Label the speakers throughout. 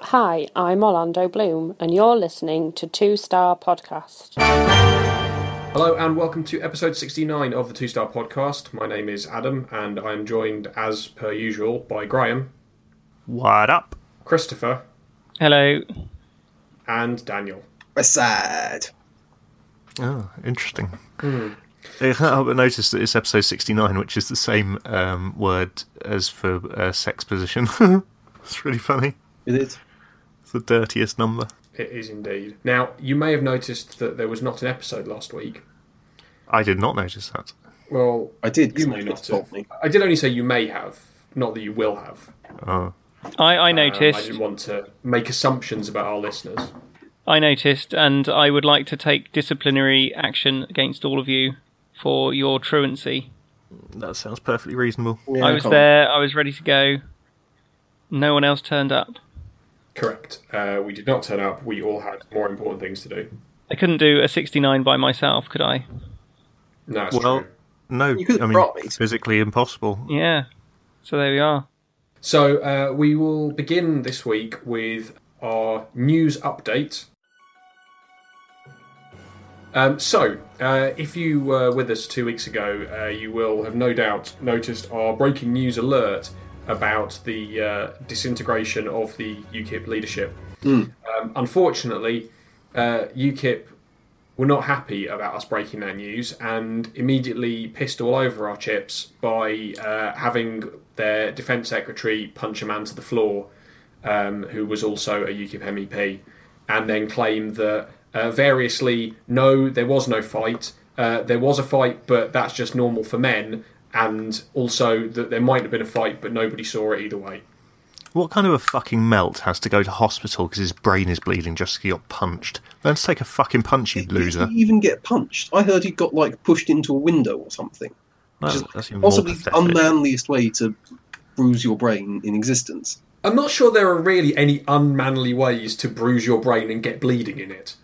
Speaker 1: Hi, I'm Orlando Bloom, and you're listening to Two Star Podcast.
Speaker 2: Hello and welcome to episode 69 of the Two Star Podcast. My name is Adam and I am joined, as per usual, by Graham,
Speaker 3: What up?
Speaker 2: Christopher,
Speaker 4: Hello.
Speaker 2: and Daniel.
Speaker 5: West Side.
Speaker 3: Oh, interesting. Hmm. I haven't noticed that it's episode 69, which is the same um, word as for uh, sex position. it's really funny.
Speaker 5: Is it?
Speaker 3: It's the dirtiest number.
Speaker 2: It is indeed. Now, you may have noticed that there was not an episode last week.
Speaker 3: I did not notice that.
Speaker 2: Well,
Speaker 5: I did.
Speaker 2: you
Speaker 5: because
Speaker 2: may
Speaker 5: it
Speaker 2: not have.
Speaker 5: told me.
Speaker 2: I did only say you may have, not that you will have.
Speaker 3: Oh,
Speaker 4: I, I
Speaker 2: Um, I
Speaker 4: noticed.
Speaker 2: didn't want to make assumptions about our listeners.
Speaker 4: I noticed, and I would like to take disciplinary action against all of you for your truancy.
Speaker 3: that sounds perfectly reasonable.
Speaker 5: Yeah,
Speaker 4: I was
Speaker 5: can't-
Speaker 4: there. I was ready to go. No one else turned up.
Speaker 2: Correct. Uh, we did not turn up. We all had more important things to do.
Speaker 4: I couldn't do a 69 by myself, could I?
Speaker 2: No, it's
Speaker 3: Well,
Speaker 2: true.
Speaker 3: no,
Speaker 5: You could've
Speaker 3: I mean,
Speaker 5: brought me.
Speaker 3: physically impossible.
Speaker 4: Yeah. So there we are.
Speaker 2: So uh, we will begin this week with our news update. Um, so, uh, if you were with us two weeks ago, uh, you will have no doubt noticed our breaking news alert about the uh, disintegration of the UKIP leadership. Um, unfortunately, uh, UKIP were not happy about us breaking that news and immediately pissed all over our chips by uh, having their defence secretary punch a man to the floor, um, who was also a UKIP MEP, E and then claim that uh, variously, no, there was no fight. Uh, there was a fight, but that's just normal for men. And also that there might have been a fight, but nobody saw it either way.
Speaker 3: What kind of a fucking melt has to go to hospital because his brain is bleeding just 'cause he got punched? Let's take a fucking punch, you loser.
Speaker 5: Did he even get punched? I heard he got like pushed into a window or something. Which
Speaker 3: That-
Speaker 5: is
Speaker 3: that's even more
Speaker 5: possibly the
Speaker 3: pathetic.
Speaker 5: unmanliest way to bruise your brain in existence.
Speaker 2: I'm not sure there are really any unmanly ways to bruise your brain and get bleeding in it.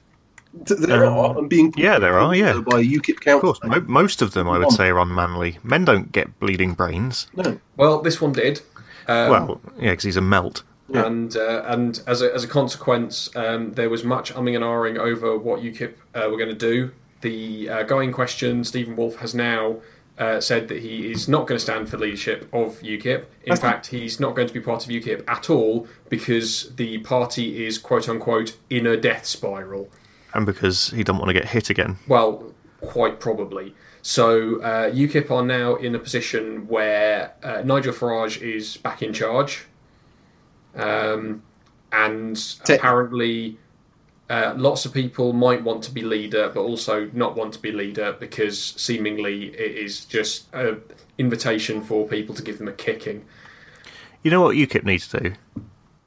Speaker 5: Th- There
Speaker 3: Um,
Speaker 5: are. I'm being
Speaker 3: yeah, there are, yeah.
Speaker 5: by a UKIP council.
Speaker 3: Of course, mo- most of them, I would say, are unmanly. Men don't get bleeding brains.
Speaker 5: No.
Speaker 2: Well, this one did.
Speaker 3: well, yeah, because he's a melt.
Speaker 5: Yeah.
Speaker 2: and uh, and as a, as a consequence, um, there was much umming and ahhing over what UKIP uh, were going to do. The uh, guy in question, Stephen Wolf, has now uh, said that he is not going to stand for leadership of UKIP. In fact, he's not going to be part of UKIP at all because the party is quote unquote in a death spiral.
Speaker 3: and because he doesn't want to get hit again.
Speaker 2: Well, quite probably. So uh, UKIP are now in a position where uh, Nigel Farage is back in charge, um, and
Speaker 5: Te-
Speaker 2: apparently. Uh, lots of people might want to be leader, but also not want to be leader because seemingly it is just an invitation for people to give them a kicking.
Speaker 3: You know what UKIP needs to do?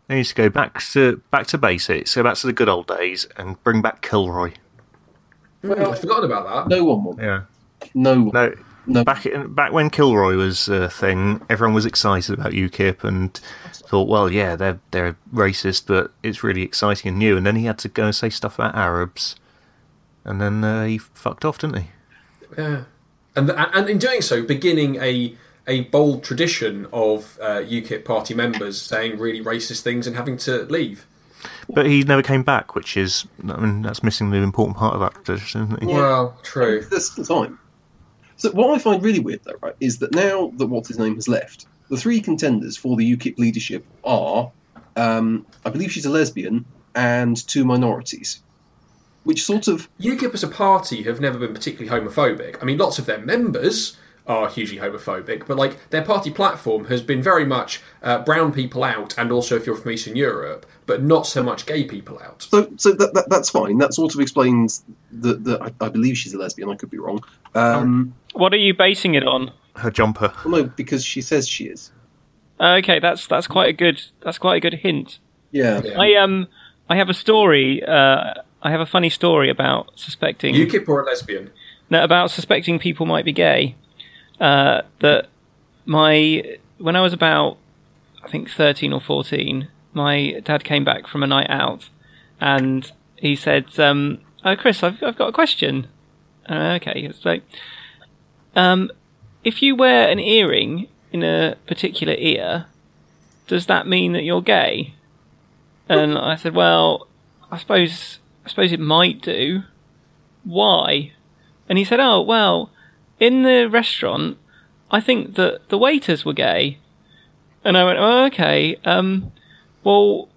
Speaker 3: They need to go back to back to basics, go back to the good old days, and bring back Kilroy.
Speaker 2: Well, I'd forgotten about that.
Speaker 5: No one will.
Speaker 3: Yeah.
Speaker 5: No one.
Speaker 3: No,
Speaker 5: No.
Speaker 3: back in, back when Kilroy was a thing, everyone was excited about UKIP and thought, well, yeah, they're they're racist, but it's really exciting and new. And then he had to go and say stuff about Arabs, and then uh, he fucked off, didn't he?
Speaker 2: Yeah. And, and in doing so, beginning a a bold tradition of uh, UKIP party members saying really racist things and having to leave.
Speaker 3: But he never came back, which is, I mean, that's missing the important part of that tradition. Isn't it?
Speaker 2: Well, true.
Speaker 5: There's still time. So what I find really weird, though, right, is that now that what's his name has left, the three contenders for the UKIP leadership are, um, I believe she's a lesbian and two minorities, which sort of
Speaker 2: UKIP as a party have never been particularly homophobic. I mean, lots of their members are hugely homophobic, but like their party platform has been very much uh, brown people out, and also if you're from Eastern Europe, but not so much gay people out.
Speaker 5: so so that, that that's fine. That sort of explains that that I, I believe she's a lesbian. I could be wrong. Um,
Speaker 4: What are you basing it on?
Speaker 3: Her jumper.
Speaker 5: well, no, because she says she is.
Speaker 4: Uh, Okay, that's that's quite a good that's quite a good hint.
Speaker 5: Yeah.
Speaker 2: Yeah.
Speaker 4: I um I have a story. Uh, I have a funny story about suspecting
Speaker 2: UKIP or a lesbian?
Speaker 4: no, about suspecting people might be gay. Uh, that my when I was about I think thirteen or fourteen, my dad came back from a night out, and he said, um, "Oh, Chris, I've I've got a question." Uh, okay, so um, if you wear an earring in a particular ear, does that mean that you're gay? And I said, "Well, I suppose I suppose it might do. Why?" And he said, "Oh, well, in the restaurant, I think that the waiters were gay." And I went, "Oh, okay. Um, well,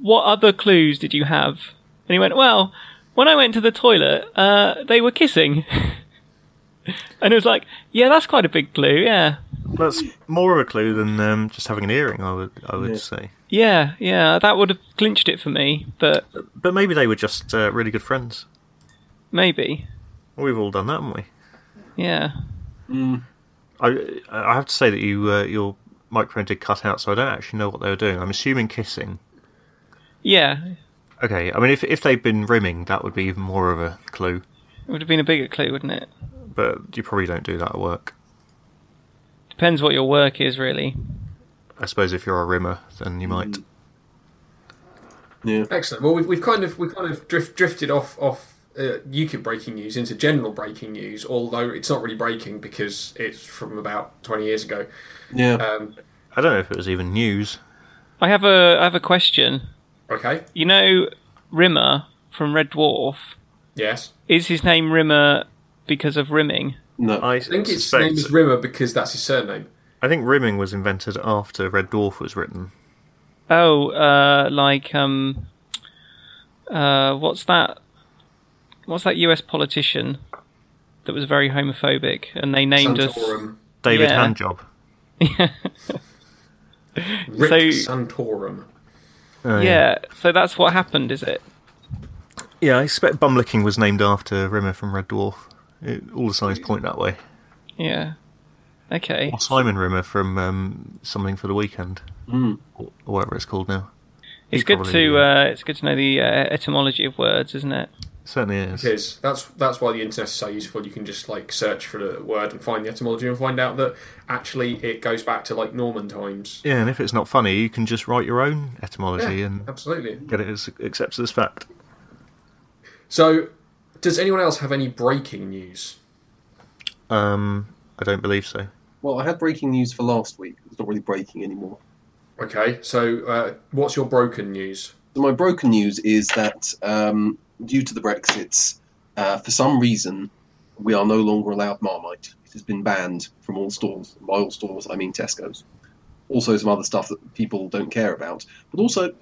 Speaker 4: what other clues did you have?" And he went, "Well, when I went to the toilet, uh, they were kissing." and it was like, "Yeah, that's quite a big clue. Yeah,
Speaker 3: That's more of a clue than um, just having an earring. I would I would
Speaker 5: Yeah.
Speaker 3: say.
Speaker 4: yeah, yeah. That would have clinched it for me, but
Speaker 3: But maybe they were just uh, really good friends.
Speaker 4: maybe,
Speaker 3: We've all done that, haven't we?
Speaker 4: yeah."
Speaker 3: I I have to say that you uh, your microphone did cut out, so I don't actually know what they were doing. I'm assuming kissing.
Speaker 4: Yeah,
Speaker 3: Okay, I mean if if they'd been rimming, that would be even more of a clue.
Speaker 4: It would have been a bigger clue, wouldn't it?
Speaker 3: But you probably don't do that at work.
Speaker 4: Depends what your work is, really.
Speaker 3: I suppose if you're a rimmer, then you might.
Speaker 5: Yeah.
Speaker 2: Excellent. Well, we've, we've kind of we kind of drift, drifted off off uh, UKIP breaking news into general breaking news, although it's not really breaking because it's from about twenty years ago.
Speaker 5: Yeah.
Speaker 2: Um,
Speaker 3: I don't know if it was even news.
Speaker 4: I have a I have a question.
Speaker 2: okay.
Speaker 4: You know, Rimmer from Red Dwarf
Speaker 2: Yes.
Speaker 4: is his name Rimmer because of rimming.
Speaker 5: no.
Speaker 3: I,
Speaker 2: I think its
Speaker 3: suspect-
Speaker 2: name is Rimmer because that's his surname.
Speaker 3: I think rimming was invented after Red Dwarf was written.
Speaker 4: Oh, uh, like um, uh, what's that? What's that U.S. politician that was very homophobic, and they named us?
Speaker 2: Santorum.
Speaker 3: David
Speaker 4: Yeah.
Speaker 3: Handjob.
Speaker 2: Rick
Speaker 4: So-
Speaker 2: Santorum.
Speaker 3: Oh,
Speaker 4: Yeah. So that's what happened, is it?
Speaker 3: Yeah, I expect Bumlicking was named after Rimmer from Red Dwarf. It, all the signs point that way.
Speaker 4: Yeah. Okay.
Speaker 3: Or Simon Rimmer from um, Something for the Weekend, or, or whatever it's called now.
Speaker 4: It's good
Speaker 3: probably-
Speaker 4: to uh, it's good to know the uh, etymology of words, isn't it?
Speaker 3: certainly is.
Speaker 2: It is. That's that's why the internet is so useful. You can just like search for the word and find the etymology and find out that actually it goes back to like Norman times.
Speaker 3: Yeah, and if it's not funny, you can just write your own etymology
Speaker 2: Yeah,
Speaker 3: and
Speaker 2: absolutely.
Speaker 3: get it as accepted as fact.
Speaker 2: So, does anyone else have any breaking news?
Speaker 3: Um, I don't believe so.
Speaker 5: Well, I had breaking news for last week. It's not really breaking anymore.
Speaker 2: Okay, so uh, what's your broken news?
Speaker 5: So my broken news is that um, due to the Brexits, uh, for some reason, we are no longer allowed Marmite. It has been banned from all stores. By all stores, I mean Tesco's. Also, some other stuff that people don't care about. But also,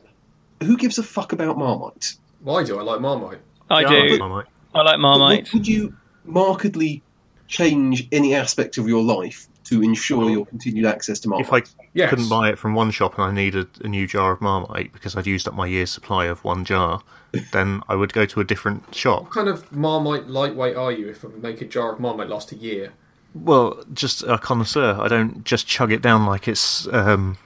Speaker 5: who gives a fuck about Marmite?
Speaker 2: Why do I like Marmite?
Speaker 4: I
Speaker 3: Yeah,
Speaker 4: do.
Speaker 3: like Marmite.
Speaker 4: I like
Speaker 5: But
Speaker 4: Marmite.
Speaker 5: Would, would you markedly change any aspect of your life to ensure your continued access to Marmite?
Speaker 3: If I
Speaker 2: Yes.
Speaker 3: couldn't buy it from one shop and I needed a new jar of Marmite because I'd used up my year's supply of one jar, then I would go to a different shop.
Speaker 2: What kind of Marmite lightweight are you if I make a jar of Marmite last a year?
Speaker 3: Well, just a connoisseur. I don't just chug it down like it's um,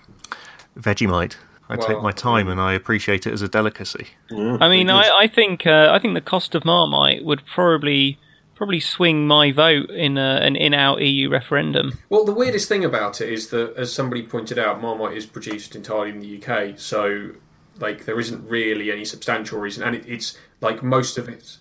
Speaker 3: Vegemite. I
Speaker 2: Well-
Speaker 3: take my time and I appreciate it as a delicacy.
Speaker 4: I mean, I, I think uh, I think the cost of Marmite would probably probably swing my vote in a, an in-out EU referendum.
Speaker 2: Well, the weirdest thing about it is that, as somebody pointed out, Marmite is produced entirely in the UK, so like there isn't really any substantial reason, and it, it's like most of it's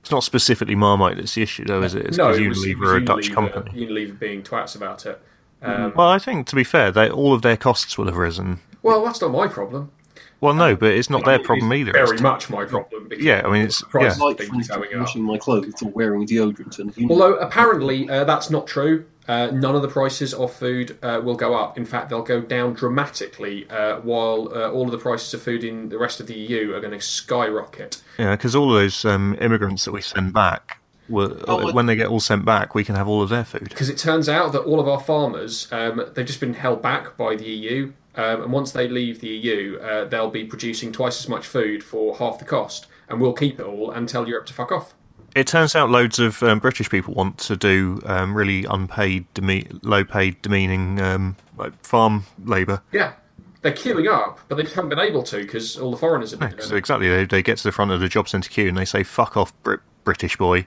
Speaker 3: It's not specifically Marmite that's the issue, though, is it? It's
Speaker 2: no,
Speaker 3: because
Speaker 2: it was,
Speaker 3: Unilever
Speaker 2: it was uh,
Speaker 3: are a Dutch
Speaker 2: Unilever-
Speaker 3: company.
Speaker 2: Unilever being twats about it.
Speaker 3: Well, I think to be fair, they, all of their costs will have risen.
Speaker 2: Well, that's not my problem.
Speaker 3: Well, no, but it's not their
Speaker 2: It's
Speaker 3: problem either.
Speaker 2: Very
Speaker 3: It's-
Speaker 2: much my problem. Because
Speaker 3: Yeah, I mean, it's-
Speaker 2: the price
Speaker 3: yeah.
Speaker 2: of
Speaker 5: like,
Speaker 2: things
Speaker 5: for instance,
Speaker 2: going up.
Speaker 5: washing my clothes or wearing deodorant and you
Speaker 2: Although apparently uh, that's not true. Uh, none of the prices of food uh, will go up. In fact, they'll go down dramatically, uh, while uh, all of the prices of food in the rest of the EU are going to skyrocket.
Speaker 3: Yeah, because all of those um, immigrants that we send back, were,
Speaker 5: Oh, I-
Speaker 3: when they get all sent back, we can have all of their food.
Speaker 2: Because it turns out that all of our farmers, um, they've just been held back by the EU, um, and once they leave the EU, uh, they'll be producing twice as much food for half the cost, and we'll keep it all and tell Europe to fuck off.
Speaker 3: It turns out loads of um, British people want to do um, really unpaid, deme- low-paid, demeaning um, like farm labour.
Speaker 2: Yeah, they're queuing up, but they just haven't been able to because all the foreigners have been. doing it.
Speaker 3: So exactly, they, they get to the front of the job centre queue and they say, "Fuck off, Brit- British boy."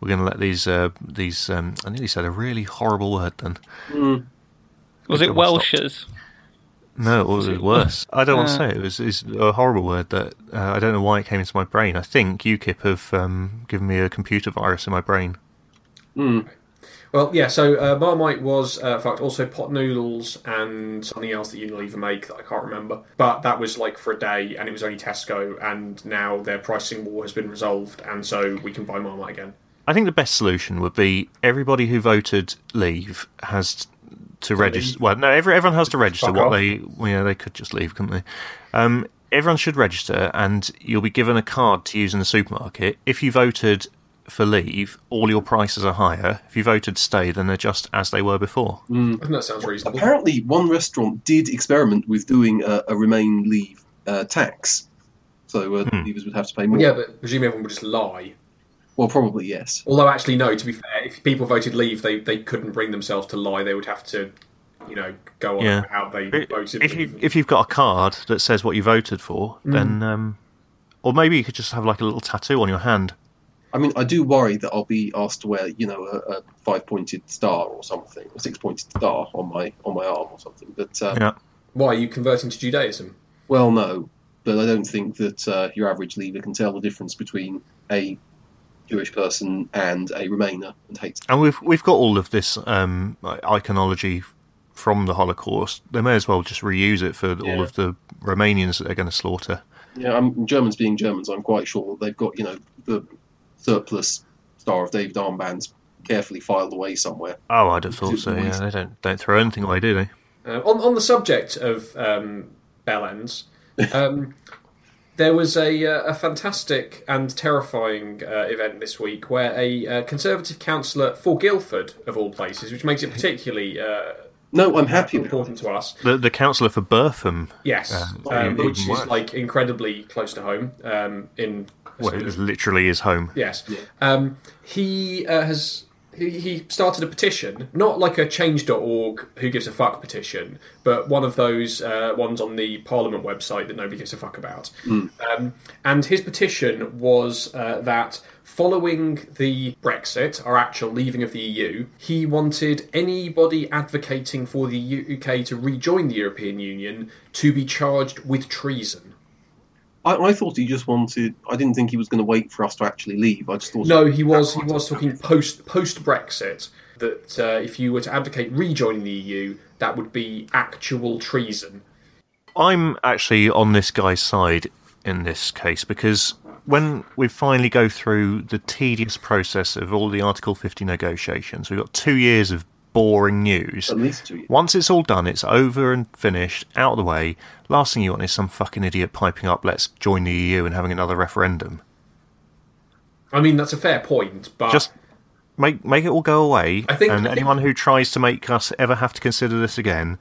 Speaker 3: We're going to let these uh, these. Um, I nearly said a really horrible word. Then
Speaker 4: Was
Speaker 3: Good
Speaker 4: it
Speaker 3: job I stopped.
Speaker 4: Welshers?
Speaker 3: no, it was worse. I don't want to
Speaker 4: Uh.
Speaker 3: say it. it was is a horrible word that uh, I don't know why it came into my brain. I think UKIP have um, given me a computer virus in my brain.
Speaker 2: Well, yeah. So uh, Marmite was uh, fucked. Also, pot noodles and something else that Unilever make that I can't remember. But that was like for a day, and it was only Tesco. And now their pricing war has been resolved, and so we can buy Marmite again.
Speaker 3: I think the best solution would be everybody who voted leave has to register. Well, no, every, everyone has to register.
Speaker 2: Fuck
Speaker 3: What
Speaker 2: off.
Speaker 3: they, well, yeah, they could just leave, couldn't they? Um, everyone should register, and you'll be given a card to use in the supermarket. If you voted for leave, all your prices are higher. If you voted stay, then they're just as they were before.
Speaker 2: And that sounds reasonable.
Speaker 5: Apparently, one restaurant did experiment with doing a, a remain leave uh, tax, so uh, leavers would have to pay more.
Speaker 2: Yeah, but presume everyone would just lie.
Speaker 5: Well, probably yes.
Speaker 2: Although, actually, no. To be fair, if people voted leave, they, they couldn't bring themselves to lie. They would have to, you know, go on
Speaker 3: Yeah.
Speaker 2: about how they voted.
Speaker 3: If you
Speaker 2: leave.
Speaker 3: if you've got a card that says what you voted for,
Speaker 2: Mm.
Speaker 3: then um, or maybe you could just have like a little tattoo on your hand.
Speaker 5: I mean, I do worry that I'll be asked to wear, you know, a, a five-pointed star or something, a six-pointed star on my on my arm or something. But uh,
Speaker 3: Yeah.
Speaker 2: Why are you converting to Judaism?
Speaker 5: well, no, but I don't think that uh, your average leaver can tell the difference between a Jewish person and a Remainer and hates.
Speaker 3: And we've we've got all of this um, iconology from the Holocaust. They may as well just reuse it for all
Speaker 5: Yeah.
Speaker 3: of the Romanians that they're going to slaughter.
Speaker 5: Yeah, I'm, Germans being Germans, I'm quite sure they've got, you know, the surplus Star of David armbands carefully filed away somewhere.
Speaker 3: Oh, I'd have thought
Speaker 5: It's
Speaker 3: so. Yeah,
Speaker 5: waste.
Speaker 3: they don't don't throw anything away, do they?
Speaker 2: Uh, on, on the subject of um, bell ends, um, there was a, uh, a fantastic and terrifying uh, event this week where a uh, Conservative councillor for Guildford, of all places, which makes it particularly uh,
Speaker 5: No, I'm happy with
Speaker 2: important to us,
Speaker 3: The the councillor for Burpham,
Speaker 2: yes,
Speaker 3: Yeah.
Speaker 2: um, which is
Speaker 3: Uh, Worse.
Speaker 2: like incredibly close to home um, in a
Speaker 3: well, it
Speaker 2: sort of-
Speaker 3: was literally his home.
Speaker 2: Yes. Um, he uh, has. He he started a petition, not like a change.org who gives a fuck petition, but one of those uh, ones on the Parliament website that nobody gives a fuck about. Um, and his petition was uh, that following the Brexit, our actual leaving of the EU, he wanted anybody advocating for the UK to rejoin the European Union to be charged with treason.
Speaker 5: I, I thought he just wanted. I didn't think he was going to wait for us to actually leave. I just thought.
Speaker 2: No, he was he was talking post post Brexit that uh, if you were to advocate rejoining the EU, that would be actual treason.
Speaker 3: I'm actually on this guy's side in this case because when we finally go through the tedious process of all the Article 50 negotiations, we've got two years of boring news.
Speaker 5: At least two years.
Speaker 3: Once it's all done, it's over and finished, out of the way. Last thing you want is some fucking idiot piping up, let's join the EU and having another referendum.
Speaker 2: I mean, that's a fair point, but
Speaker 3: Just make make it all go away.
Speaker 2: I think- I
Speaker 3: and
Speaker 2: think-
Speaker 3: anyone who tries to make us ever have to consider this again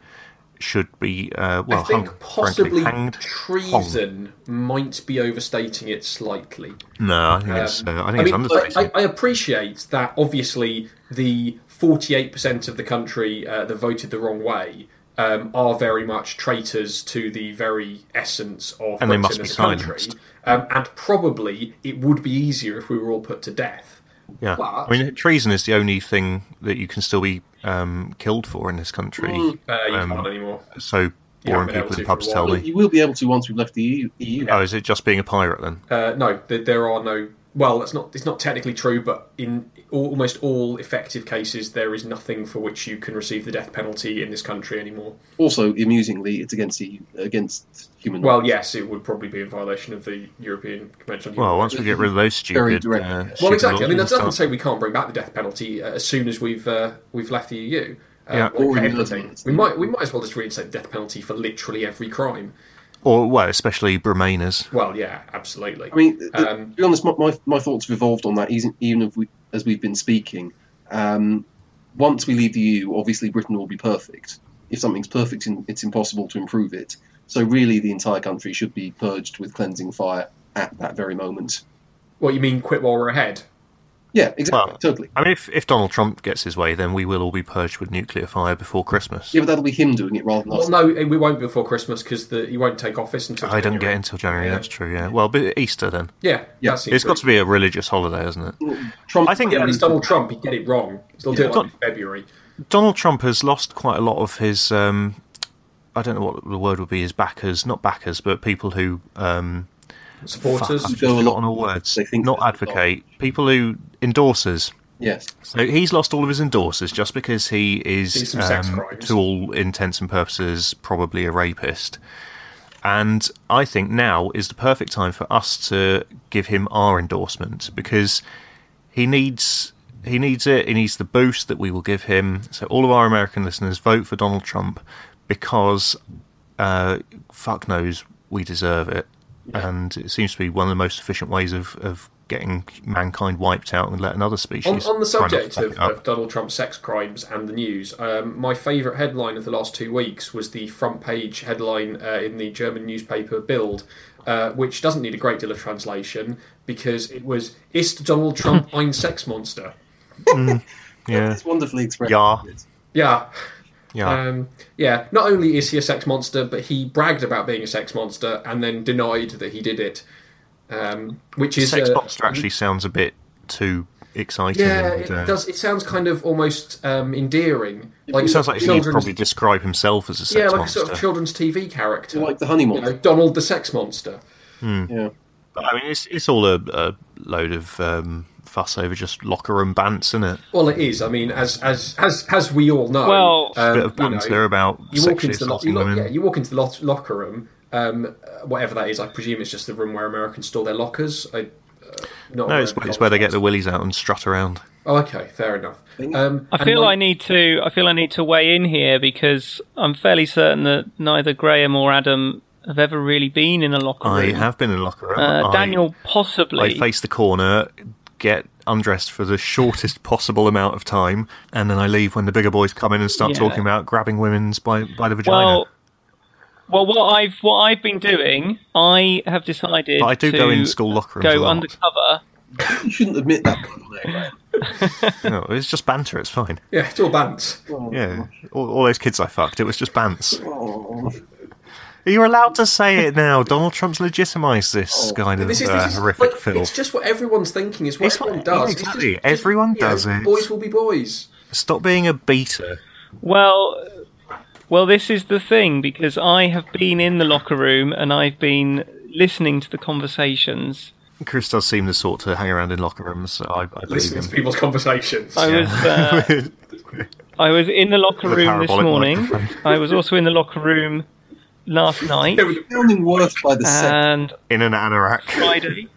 Speaker 3: should be uh, well
Speaker 2: I think
Speaker 3: hung,
Speaker 2: possibly
Speaker 3: frankly, hanged.
Speaker 2: treason might be overstating it slightly.
Speaker 3: No, I think it's uh, I think it's
Speaker 2: mean,
Speaker 3: understated.
Speaker 2: Um, I, I appreciate that. Obviously, the forty-eight percent of the country uh, that voted the wrong way um, are very much traitors to the very essence of
Speaker 3: And they
Speaker 2: Britain
Speaker 3: must be
Speaker 2: as a country.
Speaker 3: silenced.
Speaker 2: Um, and probably it would be easier if we were all put to death.
Speaker 3: Yeah,
Speaker 2: But-
Speaker 3: I mean, treason is the only thing that you can still be um, killed for in this country.
Speaker 2: Uh, you
Speaker 3: Um,
Speaker 2: can't anymore.
Speaker 3: So
Speaker 2: Yeah,
Speaker 3: boring
Speaker 2: but that
Speaker 3: people
Speaker 2: was
Speaker 3: in
Speaker 2: it for
Speaker 3: pubs
Speaker 2: a
Speaker 3: tell
Speaker 2: while.
Speaker 3: me.
Speaker 5: You will be able to once we've left the E EU. EU.
Speaker 3: Oh, is it just being a pirate then?
Speaker 2: Uh, no, there, there are no. Well, that's not. It's not technically true, but in all, almost all effective cases, there is nothing for which you can receive the death penalty in this country anymore.
Speaker 5: Also, amusingly, it's against EU, against human rights.
Speaker 2: Well, yes, it would probably be in violation of the European Convention. on Human
Speaker 3: Well,
Speaker 2: Rights.
Speaker 3: once we get rid of those stupid,
Speaker 5: Very direct,
Speaker 3: uh,
Speaker 5: yeah.
Speaker 3: stupid
Speaker 2: Well, exactly. I mean, that
Speaker 3: laws
Speaker 2: doesn't
Speaker 3: and stuff.
Speaker 2: say we can't bring back the death penalty uh, as soon as we've uh, we've left the EU. Uh,
Speaker 3: Yeah.
Speaker 2: well,
Speaker 5: Or
Speaker 2: for
Speaker 5: in
Speaker 2: everything.
Speaker 5: Britain.
Speaker 2: we might we might as well just reinstate the death penalty for literally every crime.
Speaker 3: or well, especially Remainers.
Speaker 2: Well, yeah, absolutely.
Speaker 5: I mean, th- th-
Speaker 2: Um,
Speaker 5: to be honest, my, my, my thoughts have evolved on that even, even if we, as we've been speaking. Um, once we leave the EU, obviously Britain will be perfect. If something's perfect, in- it's impossible to improve it. So, really, the entire country should be purged with cleansing fire at that very moment.
Speaker 2: what you mean? Quit while we're ahead.
Speaker 5: Yeah, exactly,
Speaker 3: Well-
Speaker 5: totally.
Speaker 3: I mean, if, if Donald Trump gets his way, then we will all be purged with nuclear fire before Christmas.
Speaker 5: Yeah, but that'll be him doing it rather than us.
Speaker 2: Well, no, we won't before Christmas because he won't take office until.
Speaker 3: I don't get
Speaker 2: January.
Speaker 3: until January. That's true. Yeah. Well, but Easter then.
Speaker 2: Yeah, yeah. That seems
Speaker 3: It's got to be a religious holiday, isn't it?
Speaker 5: Trump,
Speaker 3: I think
Speaker 2: Yeah, but it's Donald Trump. He'd get it wrong. He'll do it like in February.
Speaker 3: Donald Trump has lost quite a lot of his. Um, I don't know what the word would be. His backers, not backers, but people who um, fuck,
Speaker 2: Supporters.
Speaker 3: I've just
Speaker 5: go a lot
Speaker 3: forgotten all
Speaker 5: more
Speaker 3: words.
Speaker 5: they think
Speaker 3: Not
Speaker 5: they're-
Speaker 3: advocate. People who endorsers.
Speaker 5: Yes.
Speaker 3: So he's lost all of his endorsers just because he
Speaker 2: Did
Speaker 3: is,
Speaker 2: some sex
Speaker 3: um,
Speaker 2: crimes.
Speaker 3: to all intents and purposes, probably a rapist. And I think now is the perfect time for us to give him our endorsement because he needs he needs it. He needs the boost that we will give him. So all of our American listeners vote for Donald Trump because uh, fuck knows we deserve it. And it seems to be one of the most efficient ways of, of getting mankind wiped out and let another species.
Speaker 2: On, on the
Speaker 3: try not to
Speaker 2: subject
Speaker 3: fuck
Speaker 2: of,
Speaker 3: it up.
Speaker 2: of Donald Trump's sex crimes and the news, um, my favourite headline of the last two weeks was the front page headline uh, in the German newspaper Bild, uh, which doesn't need a great deal of translation because it was Ist Donald Trump ein Sex Monster?
Speaker 3: yeah,
Speaker 5: It's wonderfully expressed.
Speaker 3: Yeah.
Speaker 2: Yeah.
Speaker 3: yeah.
Speaker 2: Um, yeah, not only is he a sex monster, but he bragged about being a sex monster and then denied that he did it. Um, which is
Speaker 3: Sex
Speaker 2: uh,
Speaker 3: monster actually sounds a bit too exciting.
Speaker 2: Yeah,
Speaker 3: and,
Speaker 2: it
Speaker 3: uh,
Speaker 2: does. It sounds kind of almost um, endearing. Like
Speaker 3: It sounds like he'd
Speaker 2: children's-
Speaker 3: probably describe himself as a sex
Speaker 2: yeah, like a
Speaker 3: monster.
Speaker 2: sort of children's TV character,
Speaker 5: Like the honey
Speaker 2: you know,
Speaker 5: monster.
Speaker 2: Donald the Sex Monster.
Speaker 5: Yeah.
Speaker 3: But, I mean, it's it's all a, a load of um, fuss over just locker room bants, isn't it?
Speaker 2: Well, it is. I mean, as as as as we all know,
Speaker 4: Well-
Speaker 2: um,
Speaker 3: Bit of
Speaker 2: you know,
Speaker 3: banter about
Speaker 2: you walk
Speaker 3: sexually
Speaker 2: into the lo-
Speaker 3: assaulting
Speaker 2: you lo-
Speaker 3: women.
Speaker 2: yeah, you walk into the lo- locker room, um, uh, whatever that is. I presume it's just the room where Americans store their lockers. I, uh, not
Speaker 3: no, it's,
Speaker 2: aware of
Speaker 3: it's where they get the
Speaker 2: context.
Speaker 3: willies out and strut around.
Speaker 2: Oh, okay, fair enough. Um,
Speaker 4: I
Speaker 2: and
Speaker 4: feel
Speaker 2: like-
Speaker 4: I need to. I feel I need to weigh in here because I'm fairly certain that neither Graham or Adam have ever really been in a locker room.
Speaker 3: I have been in a locker room.
Speaker 4: Uh,
Speaker 3: I-
Speaker 4: Daniel
Speaker 3: I
Speaker 4: possibly.
Speaker 3: face the corner, get undressed for the shortest possible amount of time, and then I leave when the bigger boys come in and start
Speaker 4: Yeah.
Speaker 3: talking about grabbing women's by, by the vagina.
Speaker 4: well, well, what I've what I've been doing, I have decided.
Speaker 3: but I do
Speaker 4: to
Speaker 3: go in school locker rooms. a
Speaker 4: Go
Speaker 3: lot.
Speaker 4: undercover.
Speaker 5: You shouldn't admit that kind of thing, Graham.
Speaker 3: No, it's just banter. It's fine.
Speaker 2: yeah, it's all bants.
Speaker 5: Oh,
Speaker 3: Yeah, all, all those kids I fucked. It was just bants.
Speaker 5: oh.
Speaker 3: You're allowed to say it now. Donald Trump's legitimised this kind of
Speaker 2: Oh, This is,
Speaker 3: uh,
Speaker 2: this is
Speaker 3: horrific
Speaker 2: like,
Speaker 3: film.
Speaker 2: It's just what everyone's thinking. It's what
Speaker 3: It's what-
Speaker 2: everyone does. It's
Speaker 3: exactly. Everyone
Speaker 2: you know,
Speaker 3: does it.
Speaker 2: Boys will be boys.
Speaker 3: Stop being a beater.
Speaker 4: Well, well, this is the thing because I have been in the locker room and I've been listening to the conversations.
Speaker 3: Chris does seem the sort to hang around in locker rooms, so I, I believe
Speaker 2: Listening to
Speaker 3: him.
Speaker 2: people's conversations.
Speaker 4: I was. Uh, I was in the locker
Speaker 3: The
Speaker 4: room this
Speaker 3: parabolic
Speaker 4: morning.
Speaker 3: microphone.
Speaker 4: I was also in the locker room last night
Speaker 5: Sounding worse by
Speaker 4: Uh,
Speaker 5: the second.
Speaker 4: and
Speaker 3: in an anorak,
Speaker 4: Friday.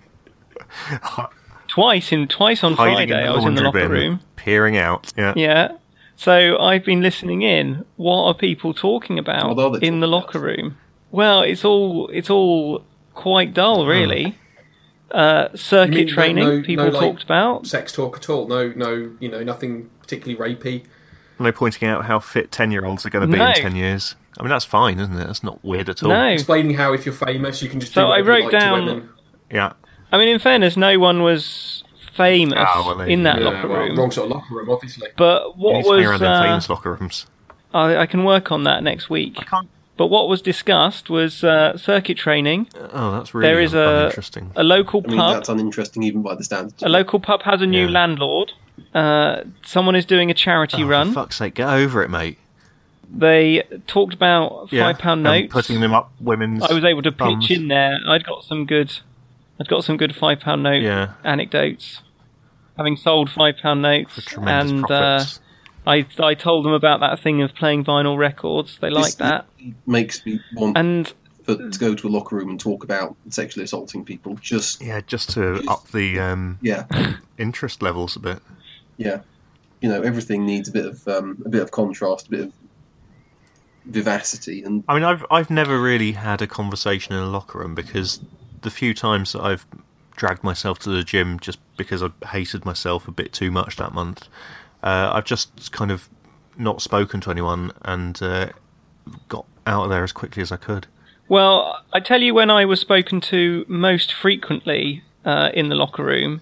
Speaker 4: Twice in twice on
Speaker 3: hiding in
Speaker 4: Friday,
Speaker 3: the
Speaker 4: I was in the
Speaker 3: laundry
Speaker 4: locker
Speaker 3: bin,
Speaker 4: room.
Speaker 3: peering out. Yeah.
Speaker 4: Yeah. So I've been listening in. What are people talking about
Speaker 5: What are they
Speaker 4: in the
Speaker 5: talking
Speaker 4: locker room? Well, it's all it's all quite dull, really. Uh,
Speaker 2: You
Speaker 4: circuit
Speaker 2: mean no-
Speaker 4: training
Speaker 2: no-
Speaker 4: people
Speaker 2: no, like-
Speaker 4: talked about.
Speaker 2: sex talk at all. No, no, you know, nothing particularly rapey.
Speaker 3: No pointing out how fit ten-year-olds are going to be
Speaker 4: No.
Speaker 3: in ten years. I mean, that's fine, isn't it? That's not weird at all.
Speaker 4: No.
Speaker 2: Explaining how if you're famous, you can just
Speaker 4: So
Speaker 2: do
Speaker 4: I
Speaker 2: whatever you
Speaker 4: wrote
Speaker 2: like
Speaker 4: down-
Speaker 2: to women.
Speaker 3: Yeah.
Speaker 4: I mean, in fairness, no one was famous
Speaker 3: Ah, well, they-
Speaker 4: in that
Speaker 3: yeah,
Speaker 4: locker
Speaker 2: well,
Speaker 4: room.
Speaker 2: Wrong sort of locker room, obviously.
Speaker 4: But
Speaker 3: You
Speaker 4: what
Speaker 3: need to hang
Speaker 4: was
Speaker 3: around in
Speaker 4: uh,
Speaker 3: famous locker rooms.
Speaker 4: I, I can work on that next week.
Speaker 3: Can't-
Speaker 4: But what was discussed was uh, circuit training.
Speaker 3: Oh, that's really
Speaker 4: There is a
Speaker 3: interesting.
Speaker 4: a local
Speaker 5: I mean,
Speaker 4: pub.
Speaker 5: that's uninteresting even by the standards.
Speaker 4: A local pub has a new
Speaker 3: Yeah.
Speaker 4: landlord. Uh, someone is doing a charity run.
Speaker 3: Oh, fuck's sake, get over it, mate.
Speaker 4: They talked about five pound
Speaker 3: and
Speaker 4: notes.
Speaker 3: Putting them up women's.
Speaker 4: I was able to pitch
Speaker 3: bums.
Speaker 4: in there. I'd got some good, I'd got some good five pound note
Speaker 3: Yeah.
Speaker 4: anecdotes. Having sold five pound notes,
Speaker 3: Tremendous
Speaker 4: and uh,
Speaker 3: profits.
Speaker 4: I I told them about that thing of playing vinyl records. They
Speaker 5: This
Speaker 4: liked that,
Speaker 5: makes me want
Speaker 4: and
Speaker 5: for, to go to a locker room and talk about sexually assaulting people. Just
Speaker 3: yeah, just to up the um,
Speaker 5: yeah,
Speaker 3: interest levels a bit.
Speaker 5: yeah. You know, everything needs a bit of um, a bit of contrast, a bit of vivacity, and
Speaker 3: I mean, I've I've never really had a conversation in a locker room because the few times that I've dragged myself to the gym just because I hated myself a bit too much that month, uh, I've just kind of not spoken to anyone and uh, got out of there as quickly as I could.
Speaker 4: Well, I tell you, when I was spoken to most frequently uh, in the locker room,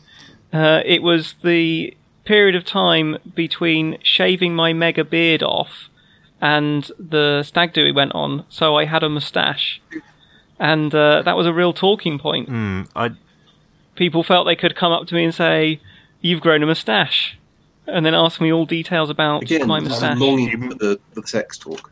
Speaker 4: uh, it was the period of time between shaving my mega beard off and the stag do we went on. So I had a moustache, and uh, that was a real talking point.
Speaker 5: Mm.
Speaker 3: Hmm, I
Speaker 4: People felt they could come up to me and say, "You've grown a moustache," and then ask me all details about
Speaker 5: again,
Speaker 4: my
Speaker 5: I'm
Speaker 4: moustache.
Speaker 5: longing for the, for the sex talk.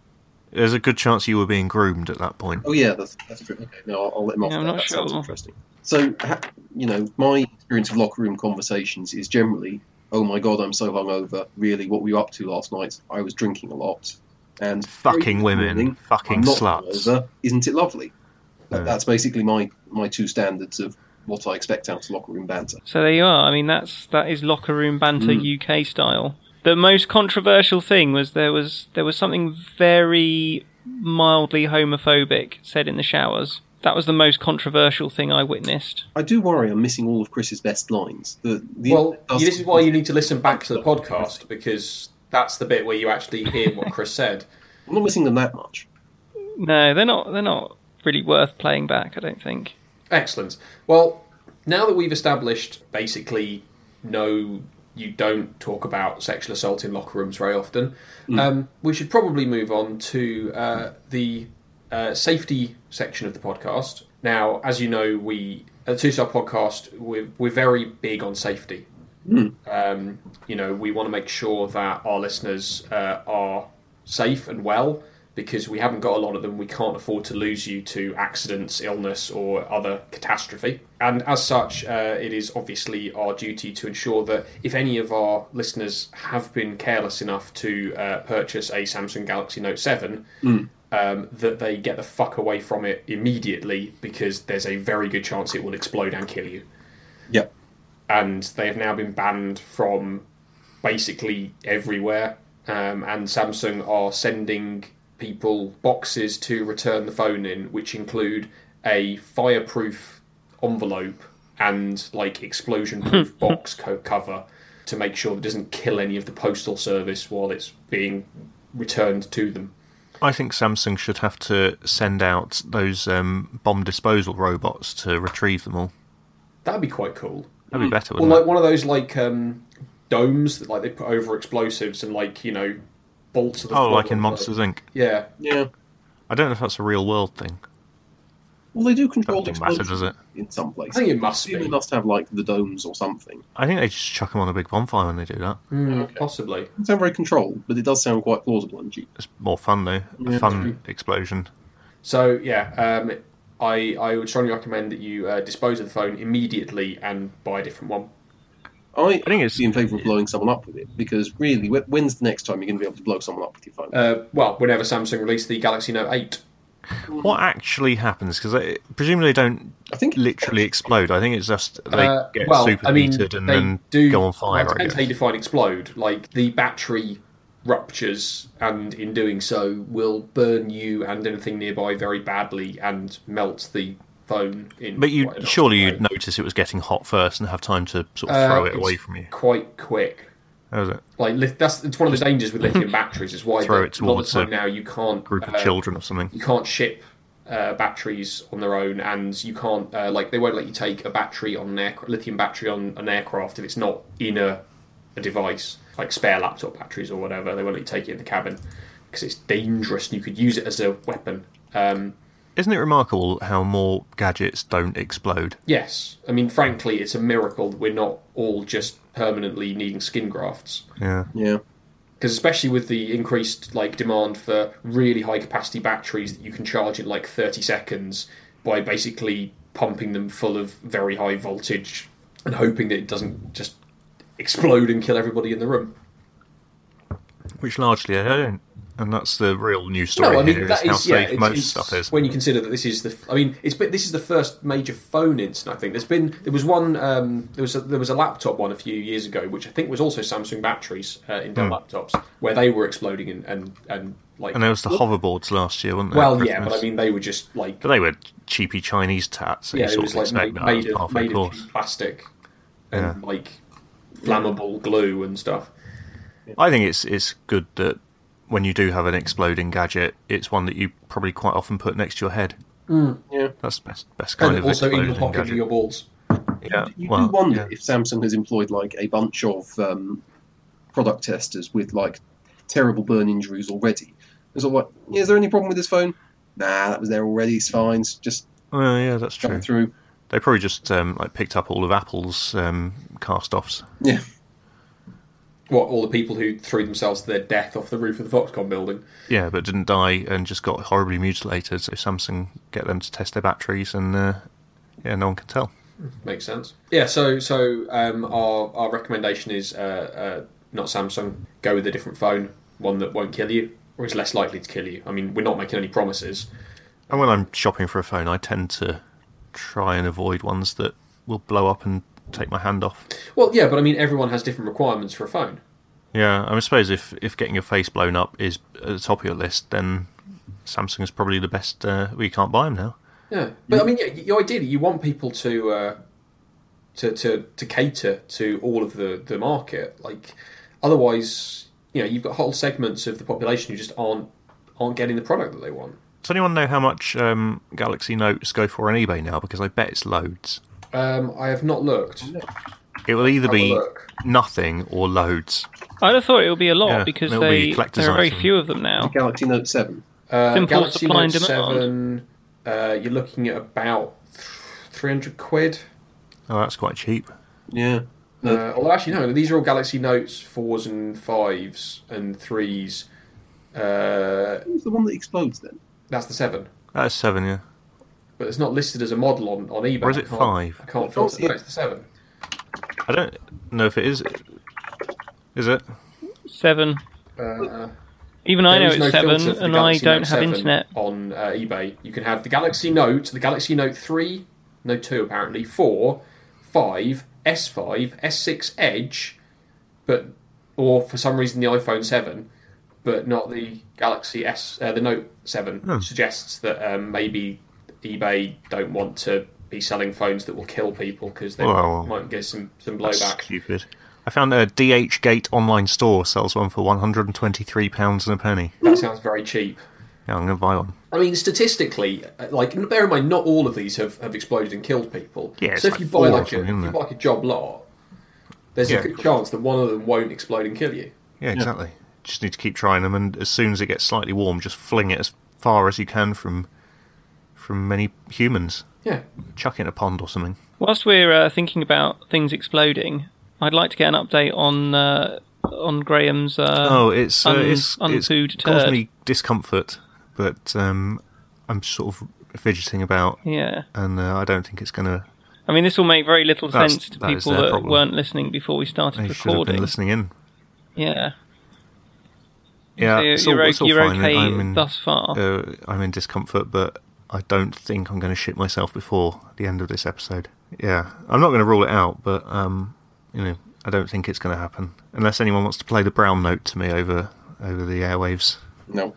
Speaker 3: there's a good chance you were being groomed at that point.
Speaker 5: Oh yeah, that's that's true. Okay, no, I'll, I'll let him off.
Speaker 4: Yeah, I'm
Speaker 5: there.
Speaker 4: not
Speaker 5: that sounds
Speaker 4: sure.
Speaker 5: interesting. So, ha- you know, my experience of locker room conversations is generally "Oh my god, I'm so hungover. Really, what were you up to last night? I was drinking a lot." And
Speaker 3: Fucking
Speaker 5: "Good
Speaker 3: women.
Speaker 5: morning,
Speaker 3: Fucking
Speaker 5: I'm not
Speaker 3: sluts.
Speaker 5: hungover. Isn't it lovely? That-
Speaker 3: Mm.
Speaker 5: That's basically my my two standards of what I expect out of locker room banter.
Speaker 4: So there you are. I mean, that's that is locker room banter
Speaker 3: Hmm.
Speaker 4: UK style. The most controversial thing was there was there was something very mildly homophobic said in the showers. That was the most controversial thing I witnessed.
Speaker 5: I do worry I'm missing all of Chris's best lines. The, the
Speaker 2: Well,
Speaker 5: does-
Speaker 2: this is why you need to listen back to the podcast because that's the bit where you actually hear what Chris said.
Speaker 5: I'm not missing them that much.
Speaker 4: No, they're not. They're not really worth playing back. I don't think.
Speaker 2: Excellent. Well, now that we've established basically no, you don't talk about sexual assault in locker rooms very often, um, we should probably move on to uh, the uh, safety section of the podcast. Now, as you know, we at the Two Star Podcast, we're, we're very big on safety. Um, you know, we want to make sure that our listeners uh, are safe and well because we haven't got a lot of them. We can't afford to lose you to accidents, illness, or other catastrophe. And as such, uh, it is obviously our duty to ensure that if any of our listeners have been careless enough to uh, purchase a Samsung Galaxy Note 7, um, that they get the fuck away from it immediately because there's a very good chance it will explode and kill you
Speaker 5: Yep.
Speaker 2: and they have now been banned from basically everywhere. Um, and Samsung are sending people boxes to return the phone in, which include a fireproof envelope and like explosion-proof box co- cover to make sure that it doesn't kill any of the postal service while it's being returned to them.
Speaker 3: I think Samsung should have to send out those um, bomb disposal robots to retrieve them all.
Speaker 2: That'd be quite cool.
Speaker 3: That'd be better,
Speaker 2: Well,
Speaker 3: wouldn't
Speaker 2: like one of those like um, domes that like they put over explosives and like you know bolts of
Speaker 3: it?
Speaker 2: the
Speaker 3: Oh,
Speaker 2: floor
Speaker 3: like in
Speaker 2: and,
Speaker 3: Monsters Inc.
Speaker 2: Yeah,
Speaker 5: Yeah.
Speaker 3: I don't know if that's a real world thing.
Speaker 5: Well, they do control
Speaker 3: Doesn't matter,
Speaker 5: explosions
Speaker 3: does it?
Speaker 5: in some places.
Speaker 2: I think it must be.
Speaker 5: They must have like the domes or something.
Speaker 3: I think they just chuck them on a big bonfire when they do that.
Speaker 2: Possibly.
Speaker 5: Doesn't sound very controlled, but it does sound quite plausible and cheap.
Speaker 3: It's more fun though. A fun explosion.
Speaker 2: So yeah, um, I I would strongly recommend that you uh, dispose of the phone immediately and buy a different one.
Speaker 5: I,
Speaker 3: think it's-
Speaker 5: be in favour of blowing someone up with it because really, wh- when's the next time you're going to be able to blow someone up with your phone?
Speaker 2: Uh, well, whenever Samsung released the Galaxy Note Eight,
Speaker 3: What actually happens? Because presumably they don't
Speaker 5: I think
Speaker 3: literally explode. I think it's just they
Speaker 2: Uh,
Speaker 3: get
Speaker 2: well,
Speaker 3: superheated
Speaker 2: I mean,
Speaker 3: and
Speaker 2: they
Speaker 3: then
Speaker 2: do
Speaker 3: go on fire.
Speaker 2: Well,
Speaker 3: I
Speaker 2: they
Speaker 3: guess.
Speaker 2: define explode. Like the battery ruptures, and in doing so, will burn you and anything nearby very badly and melt the phone. In
Speaker 3: But you
Speaker 2: quite a nasty
Speaker 3: surely
Speaker 2: way.
Speaker 3: you'd notice it was getting hot first and have time to sort of
Speaker 2: Uh,
Speaker 3: throw it
Speaker 2: it's
Speaker 3: away from you.
Speaker 2: quite quick.
Speaker 3: That was it.
Speaker 2: Like li- that's it's one of the dangers with lithium batteries is why
Speaker 3: Throw
Speaker 2: the-
Speaker 3: it
Speaker 2: a lot of
Speaker 3: towards
Speaker 2: the time
Speaker 3: a
Speaker 2: now you can't
Speaker 3: Group of
Speaker 2: uh,
Speaker 3: children or something.
Speaker 2: you can't ship uh, batteries on their own, and you can't uh, like they won't let you take a battery on an aircraft, lithium battery on an aircraft if it's not in a, a device like spare laptop batteries or whatever. They won't let you take it in the cabin because it's dangerous. and You could use it as a weapon. Um,
Speaker 3: Isn't it remarkable how more gadgets don't explode?
Speaker 2: yes, I mean frankly, it's a miracle that we're not all just permanently needing skin grafts.
Speaker 3: Yeah.
Speaker 5: yeah.
Speaker 2: because especially with the increased like demand for really high capacity batteries that you can charge in like 30 seconds by basically pumping them full of very high voltage and hoping that it doesn't just explode and kill everybody in the room.
Speaker 3: Which largely they don't. And that's the real news story here is
Speaker 2: that
Speaker 3: how
Speaker 2: is
Speaker 3: safe
Speaker 2: it's-
Speaker 3: most
Speaker 2: it's-
Speaker 3: stuff is.
Speaker 2: When you consider that this is the, I mean, it's been, this is the first major phone incident. I think there's been there was one um, there was a, there was a laptop one a few years ago, which I think was also Samsung batteries uh, in Dell laptops where they were exploding and and, and like
Speaker 3: Hmm. And there was the hoverboards last year, weren't there? at
Speaker 2: Well, yeah, but I
Speaker 3: Christmas?
Speaker 2: mean, they were just like
Speaker 3: But they were cheapy Chinese tats, so
Speaker 2: yeah,
Speaker 3: you
Speaker 2: it
Speaker 3: sort
Speaker 2: was
Speaker 3: of
Speaker 2: like
Speaker 3: expect
Speaker 2: made,
Speaker 3: that
Speaker 2: made
Speaker 3: as
Speaker 2: of
Speaker 3: part of the
Speaker 2: made of
Speaker 3: course.
Speaker 2: plastic and like flammable glue and stuff.
Speaker 3: I think it's it's good that when you do have an exploding gadget, it's one that you probably quite often put next to your head.
Speaker 5: Yeah.
Speaker 3: That's best best kind
Speaker 2: Mm. And
Speaker 3: of
Speaker 2: also in the
Speaker 3: exploding
Speaker 2: pocket
Speaker 3: gadget.
Speaker 2: of your balls.
Speaker 3: yeah,
Speaker 5: You
Speaker 3: well,
Speaker 5: do wonder
Speaker 3: yeah.
Speaker 5: if Samsung has employed like a bunch of um, product testers with like terrible burn injuries already. It's all like, yeah, is there any problem with this phone? Nah, that was there already. It's fine. It's just
Speaker 3: Well, Oh, yeah, that's
Speaker 5: coming
Speaker 3: true.
Speaker 5: through.
Speaker 3: They probably just um, like picked up all of Apple's um, cast-offs.
Speaker 5: Yeah.
Speaker 2: What all the people who threw themselves to their death off the roof of the Foxconn building?
Speaker 3: Yeah, but didn't die and just got horribly mutilated. So Samsung get them to test their batteries, and uh, yeah, no one can tell.
Speaker 2: Makes sense. Yeah. So so um, our our recommendation is uh, uh, not Samsung. Go with a different phone, one that won't kill you or is less likely to kill you. I mean, we're not making any promises.
Speaker 3: And when I'm shopping for a phone, I tend to try and avoid ones that will blow up and take my hand off.
Speaker 2: Well, yeah, but I mean, everyone has different requirements for a phone.
Speaker 3: Yeah, I suppose if, if getting your face blown up is at the top of your list, then Samsung is probably the best. Uh, we can't buy them now.
Speaker 2: Yeah, but I mean, yeah, you ideally you want people to uh, to to to cater to all of the the market. Like, otherwise, you know, you've got whole segments of the population who just aren't aren't getting the product that they want.
Speaker 3: Does anyone know how much um, Galaxy Notes go for on eBay now? Because I bet it's loads.
Speaker 2: Um, I have not looked.
Speaker 3: It will either
Speaker 2: Have a
Speaker 3: be
Speaker 2: look.
Speaker 3: nothing or loads.
Speaker 4: I'd have thought it would be a lot
Speaker 3: Yeah,
Speaker 4: because
Speaker 3: it'll
Speaker 4: they
Speaker 3: be collector's
Speaker 4: there are very
Speaker 3: item.
Speaker 4: few of them
Speaker 3: Oh.
Speaker 4: now.
Speaker 5: Galaxy Note 7.
Speaker 2: Uh,
Speaker 4: Simple
Speaker 2: Galaxy
Speaker 4: supply
Speaker 2: Note
Speaker 4: and
Speaker 2: Seven, uh, you're looking at about three hundred quid.
Speaker 3: Oh, that's quite cheap.
Speaker 5: Yeah. No.
Speaker 2: Uh, although actually no, these are all Galaxy Notes fours and fives and threes. Uh,
Speaker 5: Who's the one that explodes then?
Speaker 2: that's the seven,
Speaker 3: That's seven, yeah.
Speaker 2: but it's not listed as a model on, on eBay.
Speaker 3: Or is
Speaker 2: I
Speaker 3: it
Speaker 2: can't-
Speaker 3: five?
Speaker 2: I can't filter that. It's the seven.
Speaker 3: I don't know if it is. Is it?
Speaker 4: Seven.
Speaker 2: Uh,
Speaker 4: Even I
Speaker 2: there is
Speaker 4: know it's
Speaker 2: no
Speaker 4: seven,
Speaker 2: filter for the
Speaker 4: and I
Speaker 2: Galaxy
Speaker 4: don't
Speaker 2: Note
Speaker 4: have
Speaker 2: 7
Speaker 4: internet.
Speaker 2: on uh, eBay. You can have the Galaxy Note, the Galaxy Note three, no two apparently, four, five, S five, S six Edge, but or for some reason the iPhone seven, but not the Galaxy S, uh, the Note seven.
Speaker 3: Hmm.
Speaker 2: Suggests that um, maybe eBay don't want to be selling phones that will kill people because they
Speaker 3: Well,
Speaker 2: might get some some
Speaker 3: That's
Speaker 2: blowback.
Speaker 3: Stupid. I found a DH Gate online store sells one for one hundred and twenty-three pounds and a penny.
Speaker 2: That sounds very cheap.
Speaker 3: Yeah, I'm going to buy one.
Speaker 2: I mean, statistically, uh, like bear in mind, not all of these have, have exploded and killed people.
Speaker 3: Yeah, it's
Speaker 2: so if
Speaker 3: like
Speaker 2: you
Speaker 3: four
Speaker 2: buy
Speaker 3: or
Speaker 2: like a,
Speaker 3: something,
Speaker 2: if
Speaker 3: isn't
Speaker 2: you
Speaker 3: it?
Speaker 2: buy like a job lot, there's
Speaker 3: Yeah.
Speaker 2: a good chance that one of them won't explode and kill you.
Speaker 3: Yeah, exactly. Just need to keep trying them, and as soon as it gets slightly warm, just fling it as far as you can from from many humans.
Speaker 2: Yeah,
Speaker 3: Chuck it in a pond or something.
Speaker 4: Whilst we're uh, thinking about things exploding, I'd like to get an update on uh, on Graham's. Uh,
Speaker 3: Oh, it's uh,
Speaker 4: Un-
Speaker 3: it's, it's
Speaker 4: unfood
Speaker 3: caused
Speaker 4: turd.
Speaker 3: me discomfort, but um, I'm sort of fidgeting about,
Speaker 4: Yeah.
Speaker 3: and uh, I don't think it's going to.
Speaker 4: I mean, this will make very little
Speaker 3: That's-
Speaker 4: sense to
Speaker 3: that is
Speaker 4: people
Speaker 3: their
Speaker 4: that
Speaker 3: problem.
Speaker 4: weren't listening before we started
Speaker 3: I should have been
Speaker 4: recording.
Speaker 3: listening in.
Speaker 4: Yeah.
Speaker 3: Yeah,
Speaker 4: you're
Speaker 3: it's all,
Speaker 4: you're,
Speaker 3: it's all
Speaker 4: you're
Speaker 3: fine.
Speaker 4: okay
Speaker 3: I'm in,
Speaker 4: thus far.
Speaker 3: uh, I'm in discomfort, but I don't think I'm going to shit myself before the end of this episode. Yeah, I'm not going to rule it out, but um, you know, I don't think it's going to happen unless anyone wants to play the brown note to me over over the airwaves.
Speaker 5: No.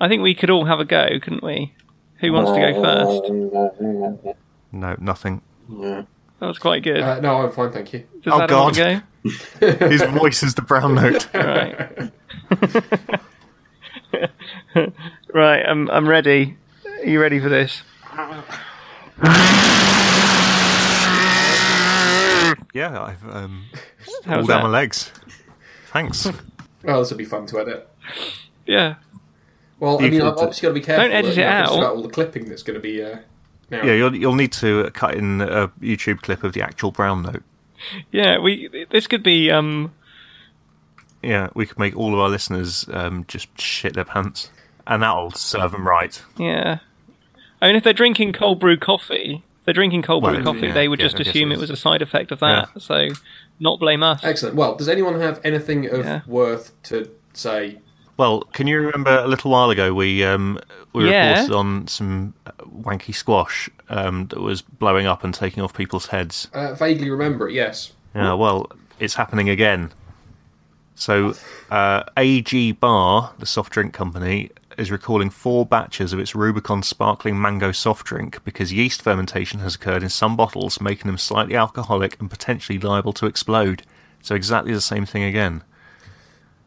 Speaker 4: I think we could all have a go, couldn't we? Who wants to go first?
Speaker 3: No, nothing.
Speaker 5: Yeah.
Speaker 4: That was quite good.
Speaker 2: uh, no, I'm fine, thank you.
Speaker 4: Does
Speaker 3: oh,
Speaker 4: Adam want
Speaker 3: God.
Speaker 4: to
Speaker 3: His voice is the brown note.
Speaker 4: go? Right. right. I'm I'm ready. Are you ready for this?
Speaker 3: Yeah, I've um,
Speaker 4: How's
Speaker 3: all down
Speaker 4: that?
Speaker 3: my legs. Thanks.
Speaker 2: Well, Oh, this will be fun to edit.
Speaker 4: Yeah.
Speaker 2: Well, I
Speaker 3: You
Speaker 2: mean,
Speaker 3: can-
Speaker 2: I've obviously got to be careful.
Speaker 4: Don't edit
Speaker 2: that, you
Speaker 4: it
Speaker 2: know, just
Speaker 4: out.
Speaker 2: about all the clipping that's going to be. Uh, now.
Speaker 3: yeah, you'll you'll need to cut in a YouTube clip of the actual brown note.
Speaker 4: Yeah. We. This could be. Um.
Speaker 3: Yeah, we could make all of our listeners um, just shit their pants, and that'll serve them right.
Speaker 4: Yeah. I mean, if they're drinking cold brew coffee, if they're drinking cold
Speaker 3: Well,
Speaker 4: brew coffee,
Speaker 3: yeah,
Speaker 4: they would
Speaker 3: yeah,
Speaker 4: just
Speaker 3: I guess
Speaker 4: assume
Speaker 3: it
Speaker 4: it
Speaker 3: is.
Speaker 4: was a side effect of that. So, not blame us.
Speaker 2: Excellent. Well, does anyone have anything of
Speaker 4: Yeah.
Speaker 2: worth to say?
Speaker 3: Well, can you remember a little while ago we um, we
Speaker 4: Yeah.
Speaker 3: reported on some uh, wanky squash um, that was blowing up and taking off people's heads?
Speaker 2: Uh, vaguely remember it. Yes.
Speaker 3: Yeah, well, it's happening again. So, uh, AG Bar, the soft drink company, is recalling four batches of its Rubicon sparkling mango soft drink because yeast fermentation has occurred in some bottles, making them slightly alcoholic and potentially liable to explode. So, exactly the same thing again.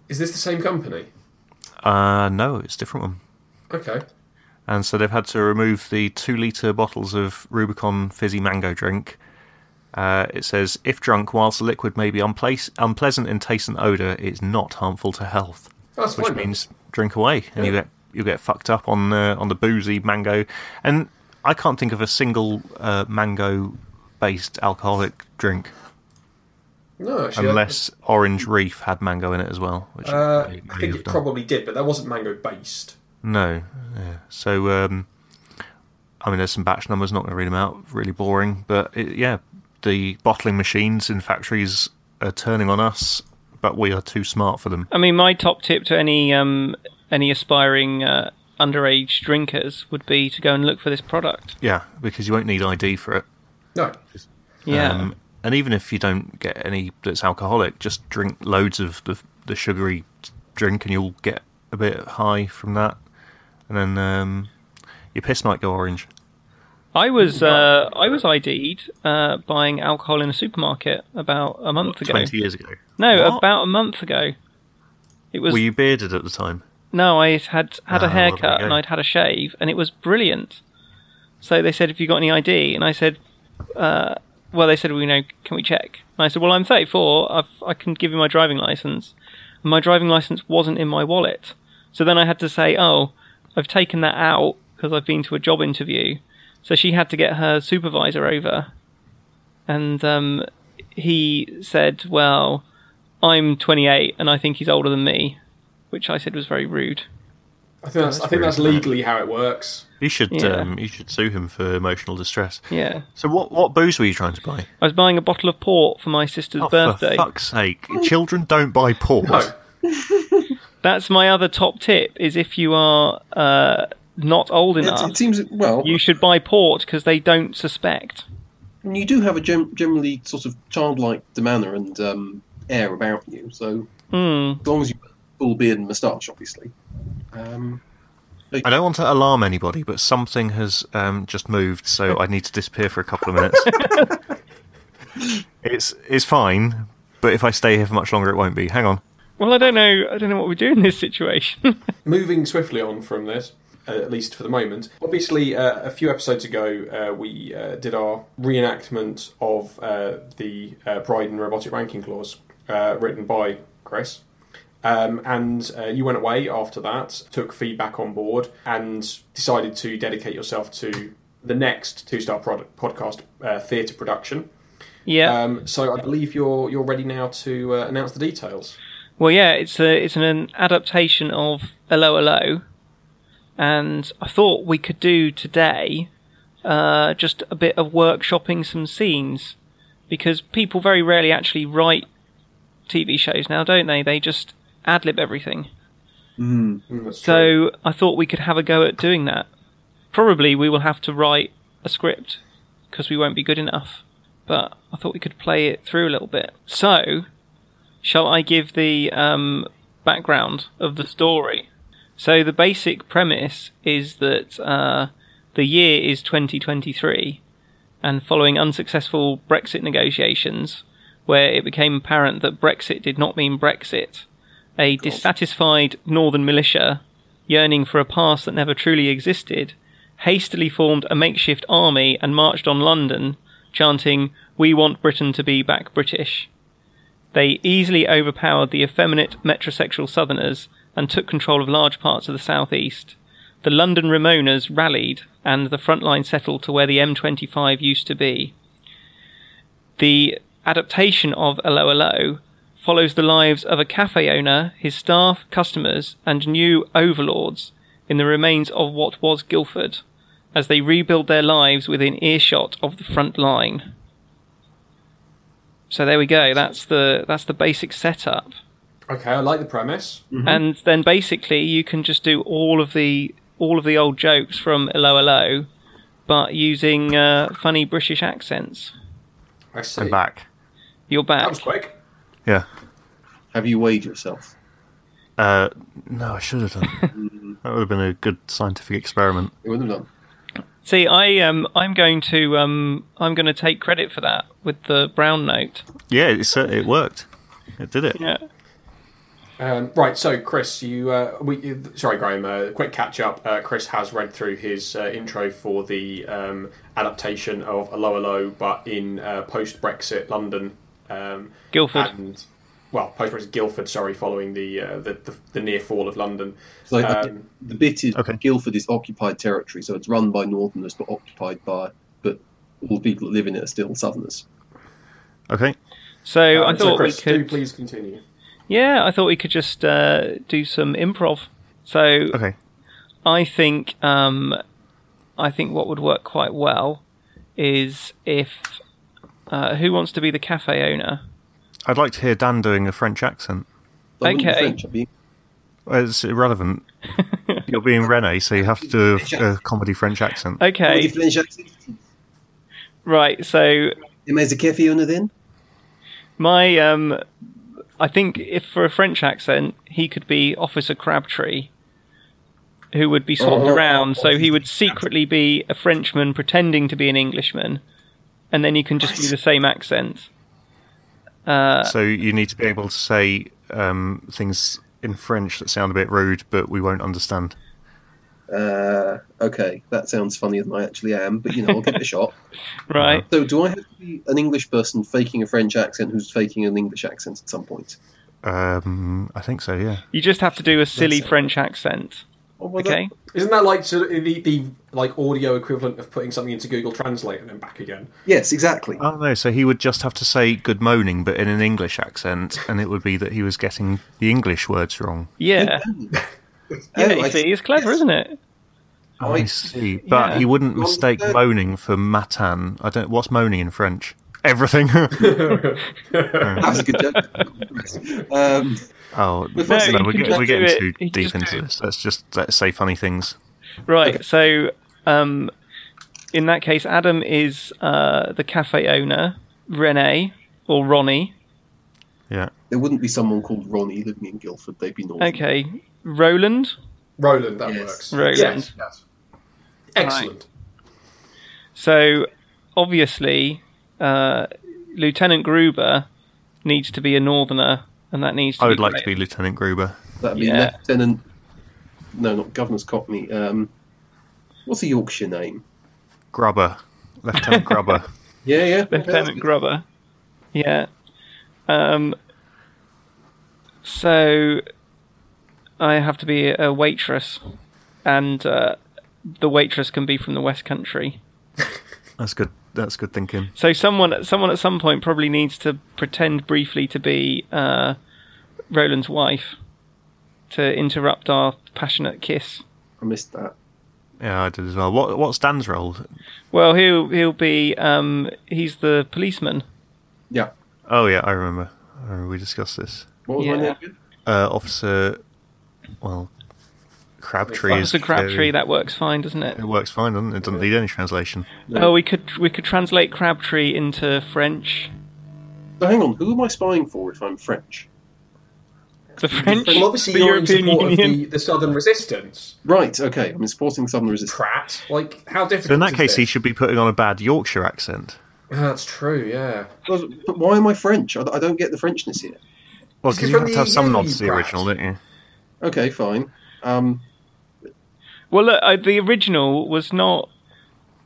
Speaker 2: Is this the same company?
Speaker 3: Uh, no, it's a different one.
Speaker 2: Okay.
Speaker 3: and so they've had to remove the two litre bottles of Rubicon fizzy mango drink. Uh, it says, if drunk, whilst the liquid may be unplace- unpleasant in taste and odour, it's not harmful to health.
Speaker 2: Oh, That's
Speaker 3: Which
Speaker 2: fine. then.
Speaker 3: means drink away, and you get you get fucked up on the on the boozy mango. And I can't think of a single uh, mango based alcoholic drink
Speaker 2: no, actually, I-
Speaker 3: unless Orange Reef had mango in it as well. Which
Speaker 2: Uh,
Speaker 3: they
Speaker 2: I
Speaker 3: may
Speaker 2: think
Speaker 3: have
Speaker 2: it
Speaker 3: done.
Speaker 2: probably did, but that wasn't mango based.
Speaker 3: No. Yeah. So um, I mean, there's some batch numbers. Not going to read them out. Really boring. But it, yeah, the bottling machines in factories are turning on us, but we are too smart for them.
Speaker 4: I mean, my top tip to any um, any aspiring uh, underage drinkers would be to go and look for this product.
Speaker 3: Yeah, because you won't need ID for it.
Speaker 2: No.
Speaker 4: Yeah,
Speaker 3: Um, and even if you don't get any that's alcoholic, just drink loads of the, the sugary drink and you'll get a bit high from that. And then um, your piss might go orange.
Speaker 4: I was uh, I was ID'd uh, buying alcohol in a supermarket about a month ago.
Speaker 3: 20 years ago.
Speaker 4: No,
Speaker 3: What?
Speaker 4: about a month ago. It was
Speaker 3: Were you bearded at the time?
Speaker 4: no, I had had
Speaker 3: Ah,
Speaker 4: a
Speaker 3: well, there
Speaker 4: haircut
Speaker 3: you
Speaker 4: and
Speaker 3: go.
Speaker 4: I'd had a shave, and it was brilliant. So they said, "Have you got any ID?" And I said, uh, "Well, they said, well, you know, can we check?" And I said, "Well, I'm 34. I've, I can give you my driving license." And my driving license wasn't in my wallet, so then I had to say, "Oh, I've taken that out because I've been to a job interview." So she had to get her supervisor over, and um, he said, "Well, I'm 28, and I think he's older than me," which I said was very rude.
Speaker 2: I think that's, I think that's legally how it works.
Speaker 3: You should
Speaker 4: Yeah.
Speaker 3: um, you should sue him for emotional distress.
Speaker 4: Yeah.
Speaker 3: So what what booze were you trying to buy?
Speaker 4: I was buying a bottle of port for my sister's
Speaker 3: Oh,
Speaker 4: birthday.
Speaker 3: For fuck's sake! Children don't buy port.
Speaker 2: No.
Speaker 4: That's my other top tip: is if you are uh, not old
Speaker 5: It,
Speaker 4: enough,
Speaker 5: it seems well.
Speaker 4: you should buy port because they don't suspect.
Speaker 5: And you do have a gem- generally sort of childlike demeanour and um, air about you. So
Speaker 4: Hmm.
Speaker 5: as long as you have a full beard and moustache, obviously. Um,
Speaker 3: I don't want to alarm anybody, but something has um, just moved, so I need to disappear for a couple of minutes. it's it's fine, but if I stay here for much longer, it won't be. Hang on.
Speaker 4: Well, I don't know. I don't know what we do in this situation.
Speaker 2: Moving swiftly on from this, uh, at least for the moment. Obviously, uh, a few episodes ago, uh, we uh, did our reenactment of uh, the uh, Pride and Robotic Ranking Clause, uh, written by Chris. Um, and uh, you went away after that, took feedback on board, and decided to dedicate yourself to the next Two Star prod- Podcast uh, theatre production.
Speaker 4: yeah.
Speaker 2: Um, so I believe you're you're ready now to uh, announce the details.
Speaker 4: Well, yeah, it's a it's an adaptation of Hello Hello, and I thought we could do today uh, just a bit of workshopping some scenes because people very rarely actually write TV shows now, don't they? They just ad lib everything.
Speaker 2: Mm, that's true.
Speaker 4: So I thought we could have a go at doing that. Probably we will have to write a script because we won't be good enough. But I thought we could play it through a little bit. So, shall I give the um, background of the story? So the basic premise is that uh, the year is 2023, and following unsuccessful Brexit negotiations, where it became apparent that Brexit did not mean Brexit, a dissatisfied northern militia, yearning for a past that never truly existed, hastily formed a makeshift army and marched on London, chanting, We want Britain to be back British. They easily overpowered the effeminate metrosexual southerners and took control of large parts of the southeast. The London Ramonas rallied, and the front line settled to where the M25 used to be. The adaptation of Hello Hello follows the lives of a cafe owner, his staff, customers, and new overlords in the remains of what was Guildford, as they rebuild their lives within earshot of the front line. So there we go. That's the that's the basic setup,
Speaker 2: okay, I like the premise.
Speaker 5: Mm.
Speaker 4: and then basically you can just do all of the all of the old jokes from Hello Hello, but using uh, funny British accents.
Speaker 2: I see.
Speaker 3: I'm back.
Speaker 4: You're
Speaker 2: That
Speaker 4: back.
Speaker 2: was quick.
Speaker 3: Yeah.
Speaker 5: have you weighed yourself?
Speaker 3: Uh, no, I should have done. that would have been a good scientific experiment.
Speaker 5: It would have done.
Speaker 4: See, I um, I'm going to um, I'm going to take credit for that with the brown note.
Speaker 3: Yeah, it certainly it worked. It did it.
Speaker 4: Yeah.
Speaker 2: Um, right, so Chris, you, uh, we, you- sorry, Graham. Uh, quick catch up. Uh, Chris has read through his uh, intro for the um, adaptation of A Lower Low, but in uh, post Brexit London um,
Speaker 4: Guildford.
Speaker 2: and well, post Brexit Guildford. Sorry, following the, uh, the, the the near fall of London.
Speaker 5: So I-
Speaker 2: Um,
Speaker 5: the bit is
Speaker 3: Okay.
Speaker 5: Guildford is occupied territory, so it's run by Northerners but occupied by but all the people that live in it are still Southerners.
Speaker 3: Okay.
Speaker 4: So
Speaker 2: Uh,
Speaker 4: I
Speaker 2: so
Speaker 4: thought we
Speaker 2: Chris, do
Speaker 4: could.
Speaker 2: please continue.
Speaker 4: Yeah, I thought we could just uh, do some improv. So
Speaker 3: Okay.
Speaker 4: I think um, I think what would work quite well is if uh, who wants to be the cafe owner?
Speaker 3: I'd like to hear Dan doing a French accent.
Speaker 5: I wouldn't be
Speaker 4: Okay.
Speaker 5: French, I'd be-
Speaker 3: Well, It's irrelevant. You're being Rene, so you have to do a, a comedy French accent.
Speaker 5: I'd be
Speaker 4: Okay,
Speaker 5: French accent.
Speaker 4: right. So
Speaker 5: Am I the cafe owner then?
Speaker 4: my um, I think if for a French accent, he could be Officer Crabtree, who would be swapped
Speaker 5: Oh.
Speaker 4: around. So he would secretly be a Frenchman pretending to be an Englishman, and then you can just do the same accent.
Speaker 3: So you need to be able to say um, things in French that sound a bit rude, but we won't understand.
Speaker 5: Uh, okay, that sounds funnier than I actually am, but you know, I'll give it a shot.
Speaker 4: Right.
Speaker 5: So, do I have to be an English person faking a French accent who's faking an English accent at some point?
Speaker 3: Um, I think so, yeah.
Speaker 4: You just have to do a silly
Speaker 5: That's it.
Speaker 4: French accent.
Speaker 5: Oh, well, that-
Speaker 4: Okay.
Speaker 2: Isn't that like sort of the, the like audio equivalent of putting something into Google Translate and then back again?
Speaker 5: yes, exactly.
Speaker 3: I don't know. So he would just have to say good morning, but in an English accent, and it would be that he was getting the English words wrong.
Speaker 4: Yeah.
Speaker 5: Yeah,
Speaker 4: Yeah, you
Speaker 5: Oh, I-
Speaker 4: see, it's clever,
Speaker 5: yes.
Speaker 4: isn't it?
Speaker 3: I see. But
Speaker 4: Oh, yeah.
Speaker 3: he wouldn't mistake
Speaker 5: understand?
Speaker 3: moaning for matan. I don't. What's moaning in French? Everything.
Speaker 5: That was a good joke. um,
Speaker 3: oh, no,
Speaker 5: first thing
Speaker 3: we're,
Speaker 4: you
Speaker 3: get-
Speaker 4: just
Speaker 3: we're
Speaker 4: do
Speaker 3: getting
Speaker 4: it-
Speaker 3: too
Speaker 4: you
Speaker 3: deep
Speaker 4: just do
Speaker 3: into
Speaker 4: it.
Speaker 3: this. Let's just let's say funny things.
Speaker 4: Right. So, um, in that case, Adam is uh, the cafe owner, Rene or Ronnie.
Speaker 3: Yeah.
Speaker 5: there wouldn't be someone called Ronnie living in Guildford. They'd be normal.
Speaker 4: Okay. Roland.
Speaker 2: Roland, that
Speaker 5: Yes.
Speaker 2: works.
Speaker 4: Roland.
Speaker 2: Yes, yes. Excellent.
Speaker 4: So, obviously, uh, Lieutenant Gruber needs to be a northerner, and that needs to
Speaker 3: I
Speaker 4: be
Speaker 3: would like to
Speaker 4: great.
Speaker 3: be Lieutenant Gruber.
Speaker 5: That'd be
Speaker 4: Yeah.
Speaker 5: Lieutenant. No, not Governor's Cockney. Um, what's a Yorkshire name?
Speaker 3: Grubber. Lieutenant Grubber.
Speaker 5: Yeah, yeah. okay, that's
Speaker 4: Lieutenant
Speaker 5: good.
Speaker 4: Grubber. Yeah. Um, so I have to be a waitress, and uh, the waitress can be from the West Country.
Speaker 3: That's good. That's good thinking.
Speaker 4: So someone, someone at some point probably needs to pretend briefly to be uh, Roland's wife to interrupt our passionate kiss.
Speaker 5: I missed that.
Speaker 3: Yeah, I did as well. What What's Dan's role?
Speaker 4: Well, he'll he'll be um, he's the policeman.
Speaker 5: Yeah.
Speaker 3: Oh yeah, I remember. I remember we discussed this.
Speaker 5: What was my
Speaker 4: Yeah.
Speaker 5: name? again?
Speaker 3: Uh, Officer, well, Crabtree is
Speaker 4: Officer Crabtree.
Speaker 3: very-
Speaker 4: That works fine, doesn't it?
Speaker 3: It works fine, doesn't it? It doesn't need any translation.
Speaker 4: Oh, we could we could translate Crabtree into French.
Speaker 5: So, hang on. Who am I spying for if I'm French?
Speaker 4: The French,
Speaker 2: Well, obviously,
Speaker 4: the
Speaker 2: you're
Speaker 4: European
Speaker 2: in support
Speaker 4: Union.
Speaker 2: of the, the Southern Resistance,
Speaker 5: Right. Okay. I'm supporting Southern Resistance.
Speaker 2: Pratt. Like, how difficult
Speaker 3: So in that
Speaker 2: is
Speaker 3: case,
Speaker 2: this?
Speaker 3: he should be putting on a bad Yorkshire accent.
Speaker 2: Oh, that's true. Yeah.
Speaker 5: But why am I French? I, I don't get the Frenchness here.
Speaker 3: Well,
Speaker 2: Is he
Speaker 3: because you
Speaker 2: from
Speaker 3: have to
Speaker 2: the
Speaker 3: have some
Speaker 2: EU,
Speaker 3: nod to the
Speaker 2: Brad?
Speaker 3: original, don't you?
Speaker 5: Okay, fine. Um,
Speaker 4: Well, look, I, the original was not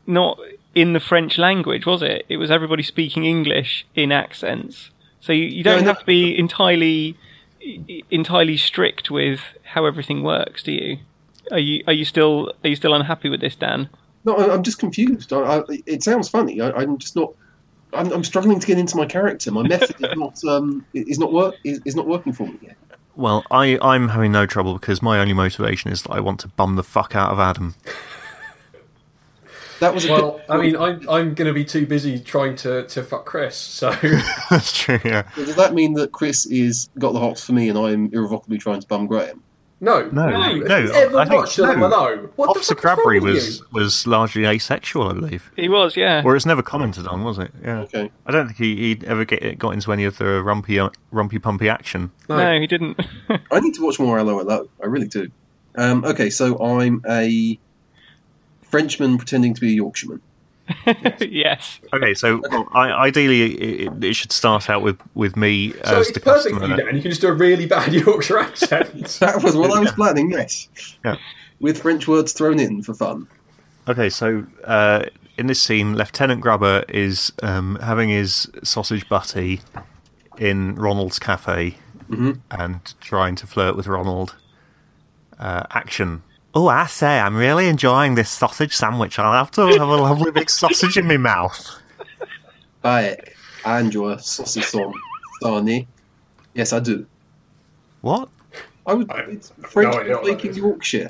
Speaker 4: not in the French language, was it? It was everybody speaking English in accents. So you, you don't
Speaker 5: No, no.
Speaker 4: have to be entirely e- entirely strict with how everything works, do you? Are you are you still are you still unhappy with this, Dan?
Speaker 5: no, I, I'm just confused. I, I, it sounds funny. I, I'm just not. I'm, I'm struggling to get into my character. My method is not um, is not work is, is not working for me yet.
Speaker 3: Well, I, I'm having no trouble because my only motivation is that I want to bum the fuck out of Adam.
Speaker 5: That was a
Speaker 2: Well,
Speaker 5: good,
Speaker 2: I mean, I'm I'm going to be too busy trying to to fuck Chris. So
Speaker 3: That's true, yeah.
Speaker 5: So does that mean that Chris is got the hots for me and I'm irrevocably trying to bum Graham?
Speaker 2: no,
Speaker 3: No,
Speaker 2: no,
Speaker 3: no,
Speaker 2: If you've ever
Speaker 3: I think-
Speaker 2: watched them,
Speaker 3: no.
Speaker 2: no. What
Speaker 3: Officer
Speaker 2: the fuck is wrong
Speaker 3: Crabtree
Speaker 2: with
Speaker 3: was,
Speaker 2: you?
Speaker 3: was largely asexual, I believe.
Speaker 4: He was, yeah.
Speaker 3: Or it's never commented on, was it? Yeah.
Speaker 5: Okay.
Speaker 3: I don't think he, he ever get, got into any of the rumpy, uh, rumpy pumpy action.
Speaker 4: No, he didn't.
Speaker 5: I need to watch more Hello Hello. I really do. Um, okay, so I'm a Frenchman pretending to be a Yorkshireman.
Speaker 4: yes.
Speaker 3: Okay, so well, I, ideally it, it should start out with, with me
Speaker 2: So
Speaker 3: as
Speaker 2: it's
Speaker 3: the
Speaker 2: perfect for
Speaker 3: customer.
Speaker 2: you, Dan. You can just do a really bad Yorkshire accent.
Speaker 5: That was what I was planning. Yes.
Speaker 3: Yeah.
Speaker 5: With French words thrown in for fun.
Speaker 3: Okay, so uh, in this scene, Lieutenant Grubber is um, having his sausage butty in Ronald's cafe and trying to flirt with Ronald. Uh, action. Oh, I say, I'm really enjoying this sausage sandwich. I'll have to have a lovely big sausage in my mouth.
Speaker 5: Bayek, I enjoy sausage song, sarnie. Yes, I do.
Speaker 3: What?
Speaker 5: I would.
Speaker 2: I-
Speaker 5: it's French
Speaker 2: no idea what that
Speaker 5: making
Speaker 2: is.
Speaker 5: Yorkshire.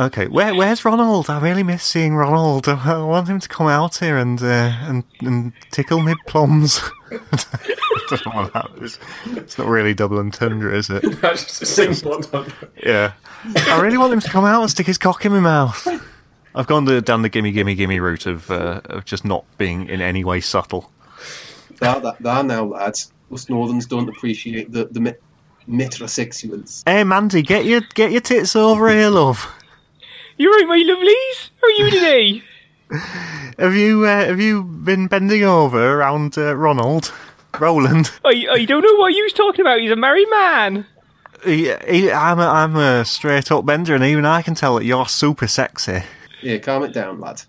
Speaker 3: Okay, where where's Ronald? I really miss seeing Ronald. I want him to come out here and uh, and and tickle me plums. Don't know what that was. It's not really double entendre, is it?
Speaker 2: That's just a single entendre.
Speaker 3: Yeah. I really want him to come out and stick his cock in my mouth. I've gone the, down the gimme, gimme, gimme route of uh, of just not being in any way subtle.
Speaker 5: There, there, there now, lads. Us Northerns don't appreciate the the me- metrosexuals.
Speaker 3: Hey, Mandy, get your get your tits over here, love.
Speaker 4: You're right, my lovelies. How are you today?
Speaker 3: Have you uh, have you been bending over around uh, Ronald? Roland,
Speaker 4: I, I don't know what you was talking about. He's a married man.
Speaker 3: he, he, I'm a, I'm a straight up bender, and even I can tell that you're super sexy.
Speaker 5: Yeah, calm it down, lad.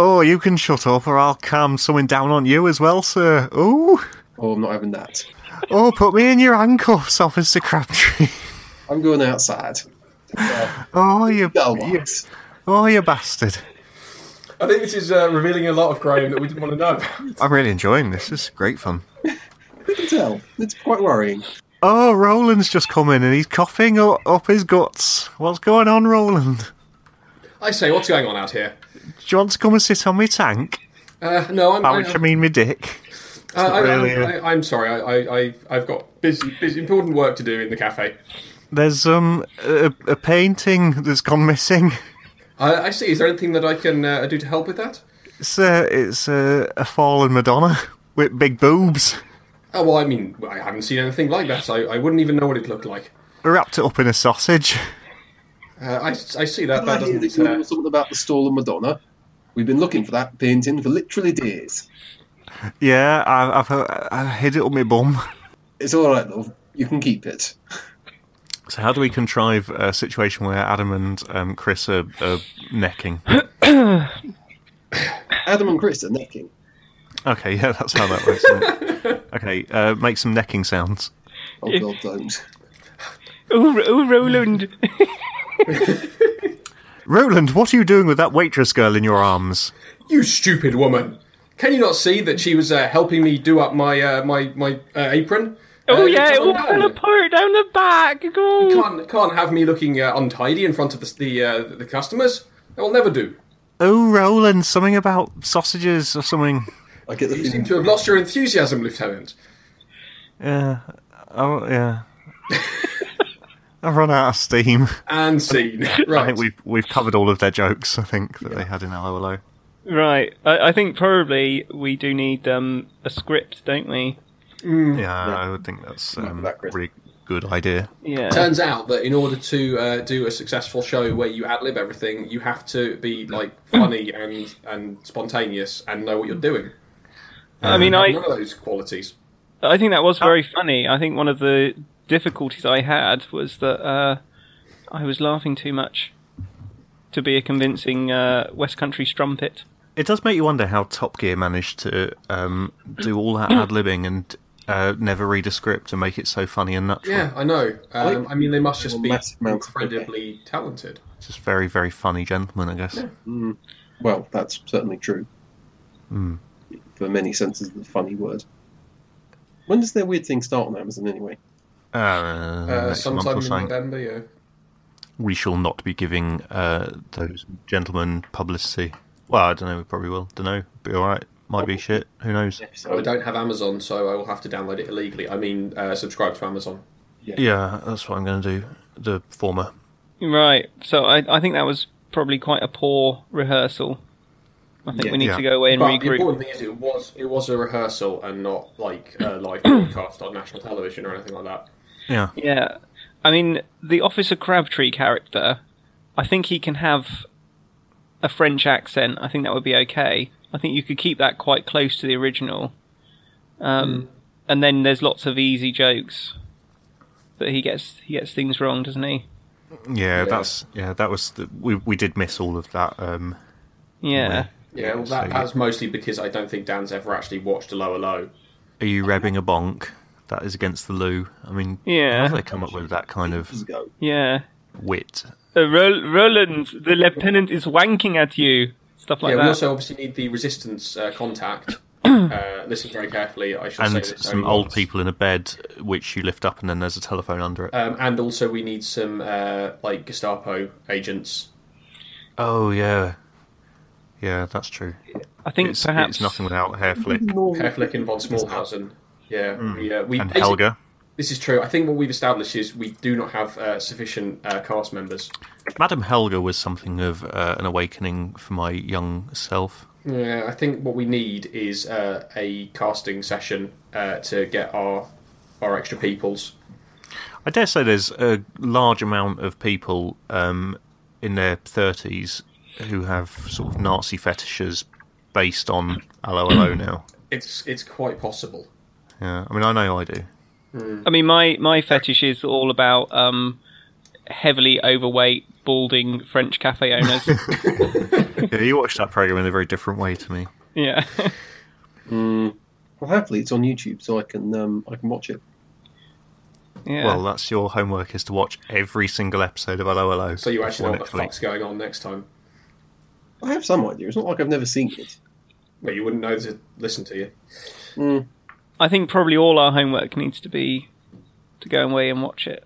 Speaker 3: Oh, you can shut up, or I'll calm someone down on you as well, sir. Oh,
Speaker 5: Oh, I'm not having that.
Speaker 3: oh, put me in your handcuffs, Officer Crabtree.
Speaker 5: I'm going outside.
Speaker 3: Oh, you,
Speaker 5: Bell
Speaker 3: you
Speaker 5: box.
Speaker 3: oh, you bastard.
Speaker 2: I think this is uh, revealing a lot of Graham that we didn't want to know about.
Speaker 3: I'm really enjoying this. This is great fun.
Speaker 5: You can tell. It's quite worrying.
Speaker 3: Oh, Roland's just come in and he's coughing u- up his guts. What's going on, Roland?
Speaker 2: I say, what's going on out here?
Speaker 3: Do you want to come and sit on my tank?
Speaker 2: Uh, no, I'm.
Speaker 3: By which I
Speaker 2: I'm,
Speaker 3: mean my dick.
Speaker 2: I, I,
Speaker 3: really, uh,
Speaker 2: I, I, I'm sorry. I, I, I, I've got busy, busy, important work to do in the cafe.
Speaker 3: There's um a, a painting that's gone missing.
Speaker 2: I, I see. Is there anything that I can uh, do to help with that?
Speaker 3: It's a, it's uh, a, a fallen Madonna with big boobs.
Speaker 2: Oh, well, I mean, I haven't seen anything like that. I, I wouldn't even know what it looked like.
Speaker 3: Wrapped it up in a sausage.
Speaker 2: Uh, I, I see that. That
Speaker 5: I hear that you
Speaker 2: doesn't.
Speaker 5: know
Speaker 2: Uh,
Speaker 5: something about the stolen Madonna. We've been looking for that painting for literally days.
Speaker 3: Yeah, I, I've uh, I hid it up my bum.
Speaker 5: It's all right, love. You can keep it.
Speaker 3: So how do we contrive a situation where Adam and um, Chris are, are necking?
Speaker 5: Adam and Chris are necking.
Speaker 3: Okay, yeah, that's how that works. isn't it? okay, uh, make some necking sounds.
Speaker 5: Oh,
Speaker 4: Yeah.
Speaker 5: God, don't.
Speaker 4: Oh, R- oh Roland.
Speaker 3: Roland, what are you doing with that waitress girl in your arms?
Speaker 2: you stupid woman! Can you not see that she was uh, helping me do up my uh, my my uh, apron?
Speaker 4: Oh
Speaker 2: Uh,
Speaker 4: yeah, it
Speaker 2: come
Speaker 4: all
Speaker 2: down.
Speaker 4: fell apart down the back. Go.
Speaker 2: Can't can't have me looking uh, untidy in front of the the, uh, the customers. That will never do.
Speaker 3: Oh, Roland, something about sausages or something.
Speaker 5: I get the
Speaker 2: You seem
Speaker 5: feeling.
Speaker 2: to have lost your enthusiasm, Lieutenant.
Speaker 3: Yeah, oh yeah. I've run out of steam.
Speaker 2: And scene.
Speaker 3: I
Speaker 2: Right.
Speaker 3: think we've we've covered all of their jokes. I think that they had in Hello Hello.
Speaker 4: Right. I, I think probably we do need um, a script, don't we?
Speaker 2: Mm.
Speaker 3: Yeah, I would think that's um,
Speaker 5: that, Chris.
Speaker 3: really good idea.
Speaker 4: Yeah.
Speaker 2: Turns out that in order to uh, do a successful show where you ad lib everything, you have to be like
Speaker 4: Hmm.
Speaker 2: funny and and spontaneous and know what you're doing.
Speaker 4: I mean, I
Speaker 2: None of those qualities.
Speaker 4: I think that was very funny. I think one of the difficulties I had was that uh, I was laughing too much to be a convincing uh, West Country strumpet.
Speaker 3: It does make you wonder how Top Gear managed to um, do all that ad libbing and uh, never read a script and make it so funny and natural.
Speaker 2: Yeah, I know. Um,
Speaker 5: Like-
Speaker 2: I mean, they must just be
Speaker 5: Massive amounts of
Speaker 2: incredibly talented.
Speaker 3: Just very, very funny gentlemen, I guess.
Speaker 5: Well, that's certainly true.
Speaker 4: Hmm.
Speaker 5: For many senses of the funny word. When does their weird thing start on Amazon anyway?
Speaker 3: Uh,
Speaker 2: Uh,
Speaker 3: next month
Speaker 2: sometime
Speaker 3: or
Speaker 2: in
Speaker 3: something.
Speaker 2: November, yeah.
Speaker 3: we shall not be giving uh, those gentlemen publicity. Well, I don't know. We probably will. Don't know. Be all right. Might be shit. Who knows?
Speaker 2: I don't have Amazon, so I will have to download it illegally. I mean, uh, subscribe to Amazon.
Speaker 3: Yeah, that's what I'm going to do. The former.
Speaker 4: Right. So I, I think that was probably quite a poor rehearsal. I think we need
Speaker 3: Yeah.
Speaker 4: to go away and
Speaker 2: But the
Speaker 4: regroup.
Speaker 2: important thing is, it was it was a rehearsal and not like a live broadcast on national television or anything like that.
Speaker 3: Yeah.
Speaker 4: Yeah. I mean, the Officer Crabtree character, I think he can have a French accent. I think that would be okay. I think you could keep that quite close to the original. Um,
Speaker 3: Mm.
Speaker 4: And then there's lots of easy jokes. But he gets he gets things wrong, doesn't he?
Speaker 3: Yeah. That's yeah. That was the, we we did miss all of that. Um,
Speaker 4: Yeah.
Speaker 2: Yeah, well,
Speaker 3: So-
Speaker 2: that, that's mostly because I don't think Dan's ever actually watched a lower low.
Speaker 3: Are you rebbing a bonk? That is against the loo. I mean,
Speaker 4: Yeah.
Speaker 3: How do they come up with that kind of
Speaker 5: Years ago.
Speaker 4: Yeah.
Speaker 3: wit?
Speaker 4: Uh, Ro- Roland, the lieutenant is wanking at you. Stuff like
Speaker 2: yeah,
Speaker 4: that.
Speaker 2: we also obviously need the resistance uh, contact. uh, listen very carefully. I should say
Speaker 3: and
Speaker 2: this
Speaker 3: some
Speaker 2: only
Speaker 3: old
Speaker 2: once.
Speaker 3: people in a bed which you lift up and then there's a telephone under
Speaker 4: Uh,
Speaker 3: it.
Speaker 2: Um, and also, we need some uh, like Gestapo agents.
Speaker 3: oh yeah, yeah, that's true.
Speaker 4: I think
Speaker 3: It's,
Speaker 4: perhaps
Speaker 3: it's nothing without hair flick
Speaker 5: Normal.
Speaker 2: Herflick and von Smallhausen. Yeah, we, uh, we
Speaker 3: Hmm. and
Speaker 2: basi-
Speaker 3: Helga.
Speaker 2: This is true. I think what we've established is we do not have uh, sufficient uh, cast members.
Speaker 3: Madam Helga was something of uh, an awakening for my young self.
Speaker 2: Yeah, I think what we need is uh, a casting session uh, to get our our extra peoples.
Speaker 3: I dare say there's a large amount of people um, in their 30s who have sort of Nazi fetishes based on Allo Allo now.
Speaker 2: It's it's quite possible.
Speaker 3: Yeah, I mean, I know I do.
Speaker 4: I mean, my my fetish is all about um, heavily overweight, balding French cafe owners.
Speaker 3: Yeah, you watch that program in a very different way to me.
Speaker 4: yeah,
Speaker 5: Well, happily, it's on YouTube, so I can um, I can watch it.
Speaker 4: yeah.
Speaker 3: Well, that's your homework is to watch every single episode of Allo Allo.
Speaker 2: So you actually know
Speaker 3: before
Speaker 2: what the
Speaker 3: Netflix.
Speaker 2: fuck's going on next time.
Speaker 5: I have some idea. It's not like I've never seen it.
Speaker 2: Well, you wouldn't know to listen to you.
Speaker 4: I think probably all our homework needs to be to go away and watch it.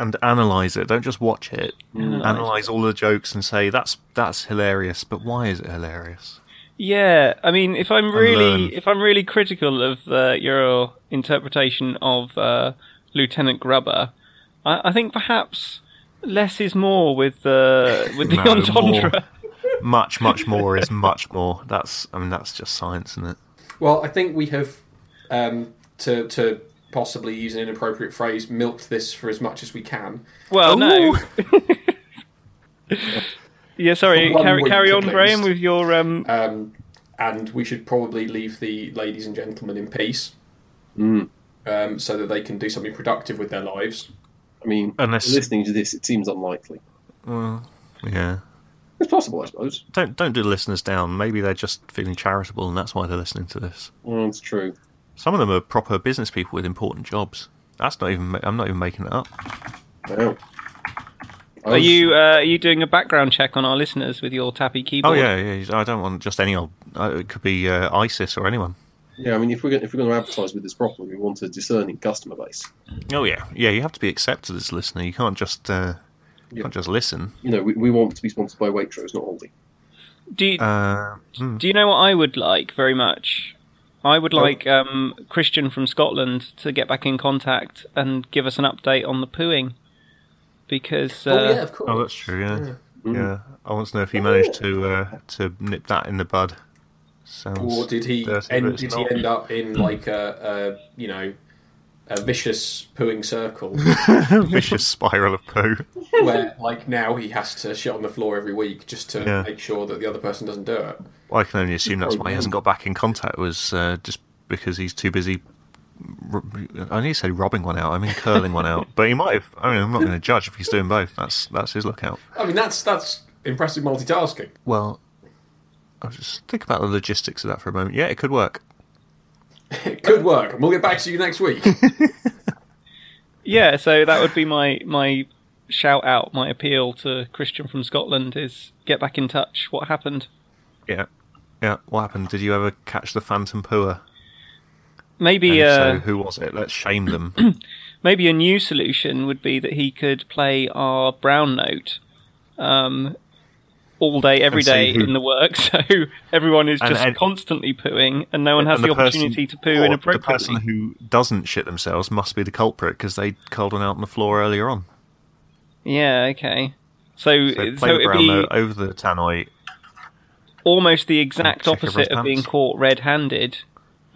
Speaker 3: and analyze it. Don't just watch it. Analyze all the jokes and say that's that's hilarious, but why is it hilarious?
Speaker 4: Yeah, I mean, if I'm
Speaker 3: learn.
Speaker 4: really if I'm really critical of uh, your interpretation of uh, Lieutenant Grubber, I, I think perhaps less is more with the with the
Speaker 3: No, more.
Speaker 4: entendre.
Speaker 3: Much, much more is much more. That's I mean that's just science, isn't it?
Speaker 2: Well, I think we have um, to to possibly use an inappropriate phrase, milked this for as much as we can.
Speaker 4: Well, no.
Speaker 3: Ooh.
Speaker 4: yeah, sorry.
Speaker 2: For one
Speaker 4: Carry,
Speaker 2: week
Speaker 4: carry
Speaker 2: at
Speaker 4: on, Graham,
Speaker 2: least.
Speaker 4: with your um.
Speaker 3: Uh,
Speaker 2: Um, and we should probably leave the ladies and gentlemen in peace, um, so that they can do something productive with their lives.
Speaker 5: I mean,
Speaker 3: Unless-
Speaker 5: listening to this, it seems unlikely.
Speaker 3: Yeah.
Speaker 5: It's possible, I suppose.
Speaker 3: Don't don't do the listeners down. Maybe they're just feeling charitable and that's why they're listening to this.
Speaker 5: Well, it's true.
Speaker 3: Some of them are proper business people with important jobs. That's not even. ma- I'm not even making it up.
Speaker 5: Wow. I
Speaker 4: Are
Speaker 5: was-
Speaker 4: you uh, are you doing a background check on our listeners with your tappy
Speaker 3: Oh
Speaker 4: keyboard?
Speaker 3: yeah, yeah. I don't want just any old. Uh, it could be uh, ISIS or anyone.
Speaker 5: Yeah, I mean, if we're gonna, if we're going to advertise with this properly, we want a discerning customer base.
Speaker 3: Oh yeah, yeah. You have to be accepted as a listener. You can't just. Uh, you
Speaker 5: Yeah.
Speaker 3: can't just listen.
Speaker 5: You know, we, we want to be sponsored by Waitrose, not Aldi.
Speaker 4: Do you,
Speaker 3: Uh, hmm.
Speaker 4: do you know what I would like very much? I
Speaker 3: oh.
Speaker 4: would like um, Christian from Scotland to get back in contact and give us an update on the pooing, because uh,
Speaker 2: of course.
Speaker 3: Oh, that's true. Yeah, yeah. I want to know if he managed to uh, to nip that in the bud. Sounds.
Speaker 2: Or did he
Speaker 3: dirty, but
Speaker 2: end,
Speaker 3: it's
Speaker 2: did
Speaker 3: not.
Speaker 2: he end up in like a, a you know a vicious pooing circle
Speaker 3: vicious spiral of poo?
Speaker 2: where like now he has to shit on the floor every week just to
Speaker 3: Yeah.
Speaker 2: make sure that the other person doesn't do it?
Speaker 3: Well, I can only assume that's why he hasn't got back in contact. Was uh, just because he's too busy. r- I need to say robbing one out. I mean curling one out. But he might have. I mean, I'm not going to judge if he's doing both. That's that's his lookout.
Speaker 2: I mean that's that's impressive multitasking.
Speaker 3: Well, I'll just think about the logistics of that for a moment. Yeah, it could work.
Speaker 2: It could work, and we'll get back to you next week.
Speaker 4: yeah, so that would be my my shout out, my appeal to Christian from Scotland is get back in touch. What happened?
Speaker 3: Yeah. Yeah. What happened? Did you ever catch the phantom pooer? And
Speaker 4: Maybe
Speaker 3: if
Speaker 4: uh,
Speaker 3: So who was it? Let's shame them.
Speaker 4: maybe a new solution would be that he could play our brown note um, all day, every
Speaker 3: And see
Speaker 4: day
Speaker 3: who-
Speaker 4: in the work. So everyone is
Speaker 3: And-
Speaker 4: just
Speaker 3: and-
Speaker 4: constantly pooing, and no one has
Speaker 3: And
Speaker 4: the,
Speaker 3: person-
Speaker 4: opportunity
Speaker 3: or
Speaker 4: to poo
Speaker 3: The person
Speaker 4: inappropriately.
Speaker 3: who doesn't shit themselves must be the culprit because they curled one out on the floor earlier on.
Speaker 4: Yeah, okay. So,
Speaker 3: So
Speaker 4: Uh, so,
Speaker 3: play the
Speaker 4: it'd
Speaker 3: brown
Speaker 4: be
Speaker 3: note over the tannoy.
Speaker 4: almost the exact
Speaker 3: check
Speaker 4: opposite
Speaker 3: everyone's
Speaker 4: of being
Speaker 3: pants.
Speaker 4: caught red-handed.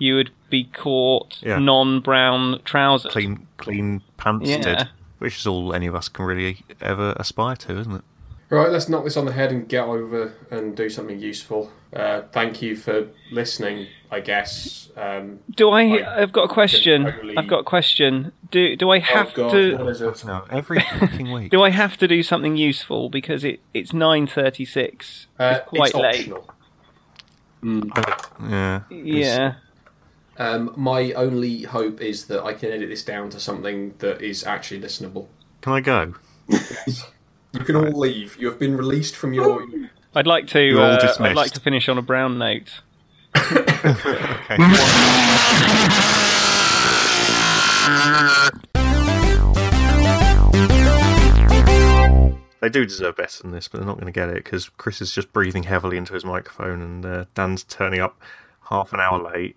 Speaker 4: You would be caught
Speaker 3: Yeah.
Speaker 4: non-brown trousers.
Speaker 3: Clean, clean pants
Speaker 4: Yeah.
Speaker 3: did, which is all any of us can really ever aspire to, isn't it?
Speaker 2: right, let's knock this on the head and get over and do something useful. Uh, thank you for listening. I guess. Um,
Speaker 4: Do I?
Speaker 2: Like,
Speaker 4: I've got a question.
Speaker 2: totally-
Speaker 4: I've got a question. Do do I have
Speaker 2: oh God,
Speaker 4: to?
Speaker 2: what is it?
Speaker 3: No, every fucking week.
Speaker 4: Do I have to do something useful because it, it's nine thirty six?
Speaker 2: Uh,
Speaker 4: It's quite
Speaker 2: it's
Speaker 4: late.
Speaker 2: optional.
Speaker 3: yeah.
Speaker 4: Yeah.
Speaker 2: Um, my only hope is that I can edit this down to something that is actually listenable.
Speaker 3: Can I go?
Speaker 2: You can all leave. You have been released from your.
Speaker 4: I'd like to.
Speaker 3: You're all
Speaker 4: Uh, I'd
Speaker 3: dismissed.
Speaker 4: like to finish on a brown note.
Speaker 3: Okay. They do deserve better than this, but they're not going to get it because Chris is just breathing heavily into his microphone and uh, Dan's turning up half an hour late